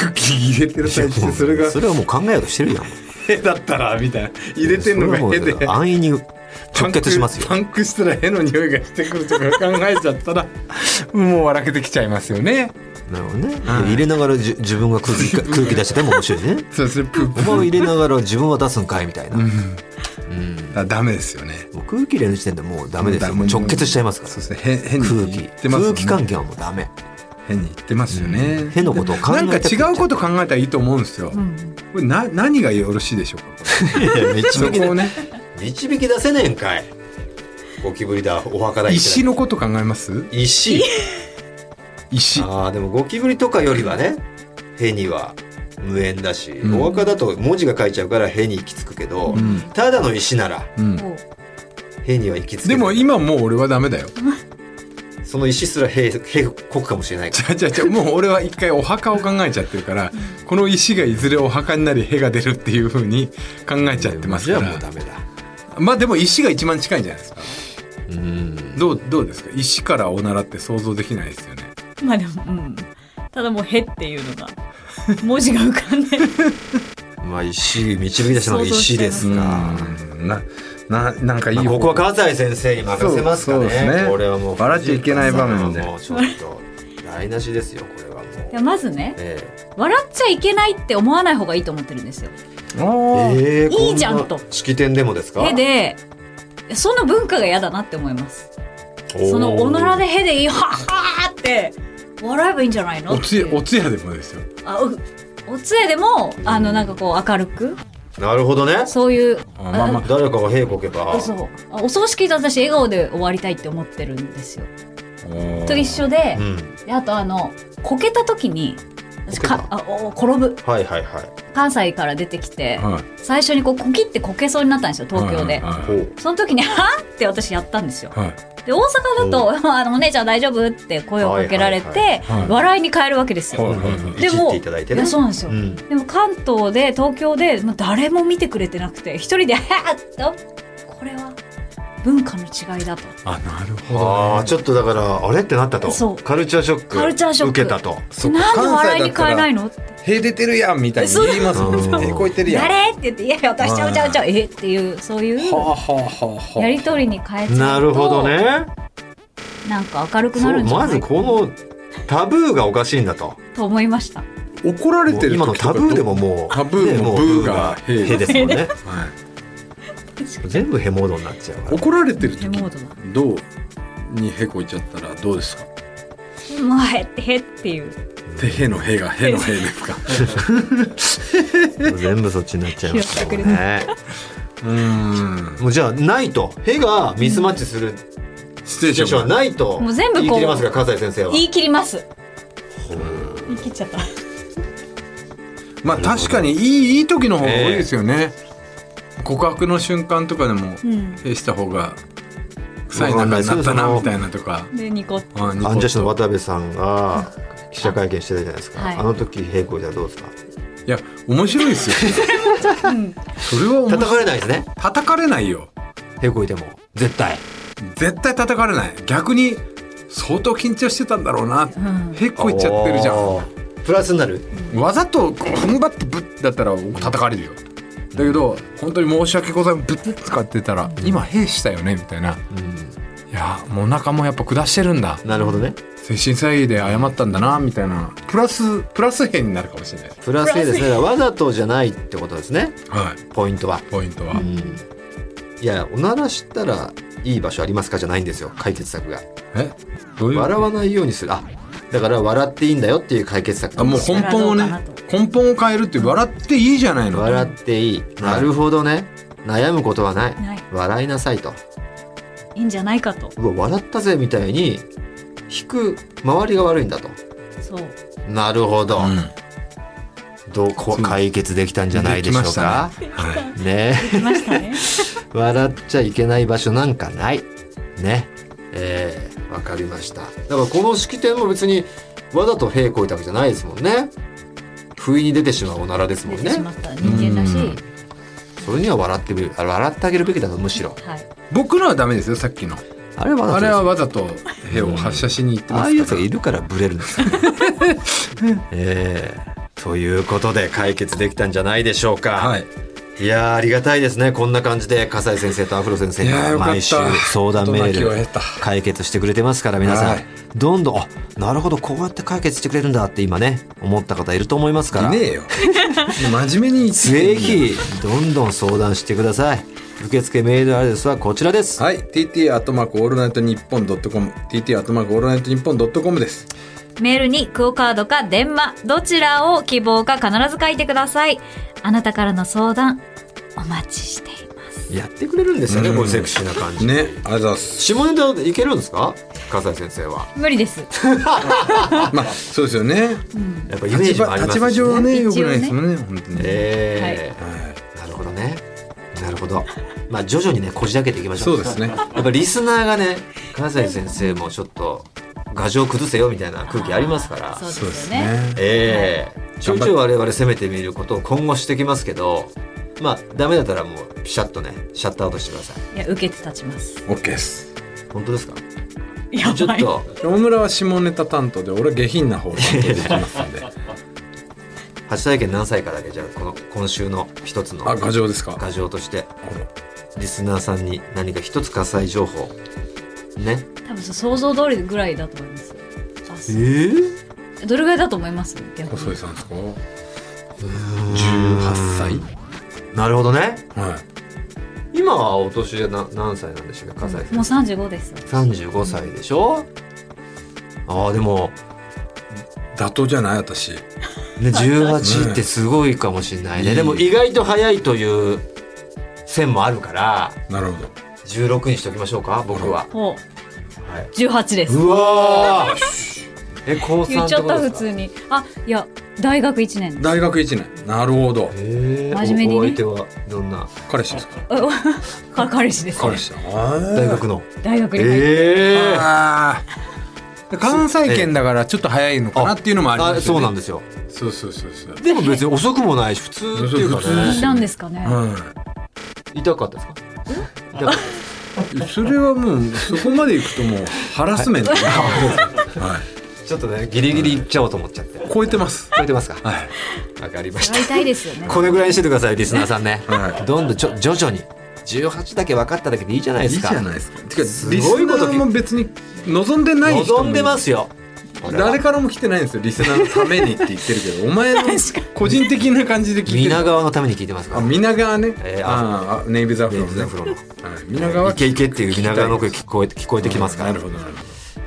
B: 空気入れてる最中 でそれが
A: それはもう考えようとしてるやん
B: 「へ」だったらみたいな入れてんのが「へ」で
A: それはもう安易に直結しますよ
B: パンクパンクしたら「へ」の匂いがしてくるとか考えちゃったらもう笑けてきちゃいますよね
A: なるほどね、入れながらじゅ自分が空気 か空気出してても面白いね
B: そうそれプープ
A: お前を入れながら自分は出すんかいみたいな、うん
B: ーダメですよね
A: もう空気入れる時点でもうダメですよ
B: もうダメ
A: 直結しちゃいますから
B: そうですねへ変に
A: 空
B: 言
A: 気、
B: ってます
A: 空
B: よね
A: 気関係はもうダメ
B: 変に言ってますよね、
A: 変のことを考え
B: な
A: て
B: んか違うこと考えたらいいと思うんですよ、これな何がよろしいでしょうかこ
A: いや
B: れそ
A: 導き
B: こをね
A: 導き出せねえんかいゴキブリだお墓だ
B: 石のこと考えます
A: 石
B: 石
A: ああでもゴキブリとかよりはねへには無縁だし、
B: うん
A: お墓だと文字が書いちゃうからへに行き着くけど、
B: うん
A: ただの石なら
B: うん
E: お
A: へには行き着く
B: でも今もう俺はダメだよ。
A: その石すらへへこくかもしれないか
B: じゃじゃじゃもう俺は一回お墓を考えちゃってるから、この石がいずれお墓になりへが出るっていう風に考えちゃって
A: ら
B: ます
A: じゃ
B: か
A: あもうダ
B: ら。
A: メだ
B: まあでも石が一番近いんじゃないですか。
A: うん
B: どうどうですか。石からおならって想像できないですよね。
G: まあでも、うん。ただもう、へっていうのが、文字が浮か んで、
A: まあ石導き出したのは石ですか
B: うんなななんかいい
A: まあ
B: 方
A: ここは葛西先生に任せますか
B: そうそうです
A: ね。
B: ね
A: これはもう
B: 笑っちゃいけない場面で
A: もうちょっと台無しですよ。これはもう。
G: いやまずね、
A: え
G: 笑っちゃいけないって思わない方がいいと思ってるんですよ。
A: え
B: おー
A: ええ
G: いいじゃん
A: こ
G: と
A: な式典でもですか。
G: へで、その文化が嫌だなって思います。そのおならでへでいい、はっはーって、笑えばいいんじゃないの
B: おつや
G: っていう
B: おつやでもですよ。
G: あうおつえでも、あの、なんかこう、明るく、
A: なるほどね。
G: そういう、
B: あまあまあ
A: 誰かが兵こけば。
G: そうあお葬式で私、笑顔で終わりたいって思ってるんですよ。と一緒で
A: う、ん。
G: であとあの、こけた時に、私か
A: こけ
G: あお転ぶ。
A: はいはいはい。
G: 関西から出てきて、
B: はい
G: 最初にこう、こきってこけそうになったんですよ、東京で。
B: はい
A: ほう。
G: その時に、はぁって私やったんですよ。
B: はいはい
G: で、大阪だ と、あの、お姉ちゃん大丈夫って声をかけられ
A: はいはい
G: て
B: はいはい、
G: 笑いに変えるわけです
B: はい
G: よ。
A: うん
G: で
A: いじっ
G: も、
A: ていただいてね。
G: やそうなんですよ。
A: うん。
G: でも関東で、東京で、もう誰も見てくれてなくて、一人で、はぁこれは文化の違いだと。
B: あなるほど
A: ああちょっとだからあれってなったと。
G: そう
A: カルチャーショック。
G: カルチャーショッ
A: 受
G: ク
A: けたと。
B: そっか
G: なんで笑いに変えな
B: 関西
G: い
B: だっ
G: の
B: たらへ出てるやんみたいに言いますもん
A: そう
B: へこいてるやん
G: 誰って言って、いやいや、私ちゃうちゃうちゃう、えっていう、そういう
B: はあ、はあはあはあ
G: やりとりに変えちゃうと。
A: なるほど。ね。
G: なんか明るくな
A: そ
G: る
A: うん
G: じゃ
A: ま
G: な
A: ず
G: い
A: このタブーがおかしいんだと。
G: と思いました。
B: 怒られてる時
A: 今のタブーでももう
B: タブーも
A: ね
B: ブー
A: もう
B: がへ
A: へですもんね
B: は
A: 全部ヘモードになっちゃうか
B: い、怒られてる時
G: ヘモードだ
B: どうにへこいちゃったらどうですか
G: もうへってへっていう。
B: でへのへがへのへですか
A: ら全部そっちになっちゃいますからね
B: うーん
A: もうじゃあないとヘがミスマッチする
B: ステ
A: シ
B: ー
A: チュエーションはないと
G: もう全部こう
A: 言い切りますが葛西先生は
G: 言い切ります。言い切っちゃった。
B: まあ確かにいいいい時の方が多いですよね、告白の瞬間とかでも
G: うん。
B: へした方が臭い中になったなみたいなとか
G: でニコッと
B: うんニコッと
A: アンジャッシュの渡部さんが記者会見してたじゃないですか。
G: はい
A: あの時平行ではどうですか。
B: いや面白いですよそれは面白
A: 叩
B: い
A: かれないですね。
B: 叩かれないよ
A: 平行いても絶対。
B: 絶対叩かれない逆に相当緊張してたんだろうな、へっこいちゃってるじゃ
A: あ
B: ん
A: ー。プラスになる。
B: わざとこう踏ん張ってブッだったら叩かれるよだけど本当に申し訳ございませんブッて使ってたら「今兵したよね」みたいな「いやもうお腹もやっぱ下してるんだ
A: なるほどね。
B: 精神災害で謝ったんだな」みたいなプラスプラス編になるかもしれないです
A: プラス A ですね。だからわざとじゃないってことですね。
B: はい
A: ポイントは。
B: ポイントは、
A: いや、おならしたらいい場所ありますかじゃないんですよ。解決策が。
B: えどういう
A: 笑わないようにする。あ、だから笑っていいんだよっていう解決策
B: あ
A: か
B: も
A: も
B: う
A: しれ
B: 根本を
G: それは
B: ね
G: どうか
B: 根本を変えるって笑っていいじゃないの
A: ない笑っていい。なるほどね。悩むことはない
G: ない。
A: 笑いなさいと。
G: いいんじゃないかと
A: うわ、笑ったぜみたいに、引く周りが悪いんだと。
G: そう
A: なるほど。
B: うん
A: どうこう解決できたんじゃないでしょうか。
B: は
A: ね
G: 来ました ね
A: 笑っちゃいけない場所なんかない。ね。えー、わかりました。だからこの式典も別にわざと屁こいたわけじゃないですもんね。不意に出てしまうおならですも
G: 出
A: ん
G: て
A: ね
G: し。まった人間だし
B: うん
A: それには笑ってみる。あれ笑ってあげるべきだと、むしろ。
G: はい
B: い僕のはダメですよさっきの
A: あれは
B: あ
A: あ
B: れ
A: れ
B: は
A: は
B: わざと兵を発射しに行って
A: あ
B: ま
A: あいうやつ
B: すか
A: が
B: ら
A: いるからブレるん ですよね。えー、ということで解決できたんじゃないでしょうか。
B: はい
A: いやーありがたいですねこんな感じで笠井先生とアフロ先生
B: いやー
A: が
B: よかった
A: 毎週相談メ
B: 事なき
A: ー
B: を得
A: ル
B: た
A: 解決してくれてますから皆さ
B: は
A: ん
B: い
A: どんどんあなるほどこうやって解決してくれるんだって今ね思った方いると思いますから
B: いね えよ真面目に言ってんだよ
A: ぜひどんどん相談してください受付メールアドレスはこちらです
B: はい TT アットマークオールナイトニッポンドットコム TT アットマークオールナイトニッポンドットコムです
G: メールにクオカードか電話どちらを希望か必ず書いてくださいあなたからの相談お待ちしています
A: やってくれるんですよね
B: うん
A: こういうセクシーな感じ
B: ねありがとうございます
A: 下ネタいけるんですか笠井先生は
G: 無理です
B: まあそうですよね
A: やっぱイメー
B: 立
A: ジも
B: 場
A: あります
B: 立場
A: しね
B: 上ね
G: 一
B: 良く
G: 応ね
B: ないですもんね本当に
A: えーな
B: はい
A: るほどねなるほどまあ徐々にねこじ開けていきましょ
B: そううですね
A: やっぱリスナーがね金西先生もちょっと牙城崩せよみたいな空気ありますから
G: そう
B: そうで
G: ですすよね
B: ね
A: ええちょいちょい我々攻めてみることを今後してきますけどまあダメだったらもうピシャッとねシャットアウトしてください
G: いや受けて立ちます
B: オッケーです
A: 本当ですか
G: や
A: ちょ
G: ば
A: っ
G: い
A: と
B: 大村は下ネタ担当で俺は下品な方を担当できますんで
A: 初体験何歳かだけじゃあこの今週の一つの
B: あ牙城ですか
A: 牙城としてリスナーさんに何か一つ火災情報ね
G: 多分そう想像通りぐらいだと思いますあ
A: え
G: そうどれぐらいだと思います逆に
B: 細井さんですか18
A: なるほどね
B: 歳はい
A: 今はお年はな何歳なんでしょうか笠井先生
G: もう35です
A: 35歳でしょああでも、
B: 妥当じゃない私
A: ね、18ってすごいかもしれないね、
B: うん
A: でも意外と早いという線もあるから
B: なるほど
A: 16にしときましょうか僕は、
G: ほ
A: はいう
G: 18です
A: うわーえ高
G: 言
A: 3っ
G: っち
A: て
G: ゃっ
A: こと
G: た
A: です
G: 普
A: か
G: 通にあいや大学1年
B: 大学1年なるほど
A: えー、
G: 真面目にね
A: おお相手はどんな
B: 彼氏ですか
G: あ 彼氏ですね
B: 彼氏だ
A: 大学の
G: 大学に入って
A: えー、
B: あー関西圏だからちょっと早いのかなっていうのもあります
A: そう
B: よね
A: なんですよ
B: そうそうそうそう
A: でも 別に遅くもないし普通っていうか
B: 普
G: い
A: ね
B: 通
G: たんですかね
B: う
A: 痛かったですか痛かったです
B: んそれはもうそこまで行くともうハラスメントは
A: ちょっとねギリギリいっちゃおうと思っちゃって
B: い超えてます
A: 超えてますか
B: はい
A: わかりまし
G: 会い
A: た。
G: たいですよね
A: これぐらいにしててください、リスナーさんね。
B: はい
A: どんどんちょ徐々に。18だけ分かっただけでいいじゃない
B: いい
A: で
B: じ
A: すか。
B: ゃないですかてかリス
A: す
B: ナ
A: ごいこと
B: ーも別に望んでない人も
A: 望んでますよ。
B: 誰
A: か
B: からも来てないんですよリスナーのためにって言ってるけ どお前の個人的な感じで聞いてる
A: 皆川のために聞いてますか
B: あ
A: ら。
B: 皆川ね、
A: えー
B: ああネイビーザフロ
A: レイズアフロ
B: ね
A: の。
B: はい皆川
A: いけいけっていう皆川の声
B: 聞き
A: 聞こえて聞こえ
B: た
A: て
B: い
A: きますから、
B: なるほどなるほ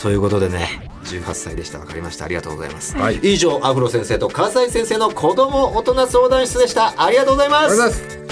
A: ということでね18歳でしたわかりましたありがとうございます、
B: はい
A: 以上アフロ先生と笠井先生の子供大人相談室でしたありがとうござい
B: どあ
A: ま
B: りがとうご
A: す
B: ざいます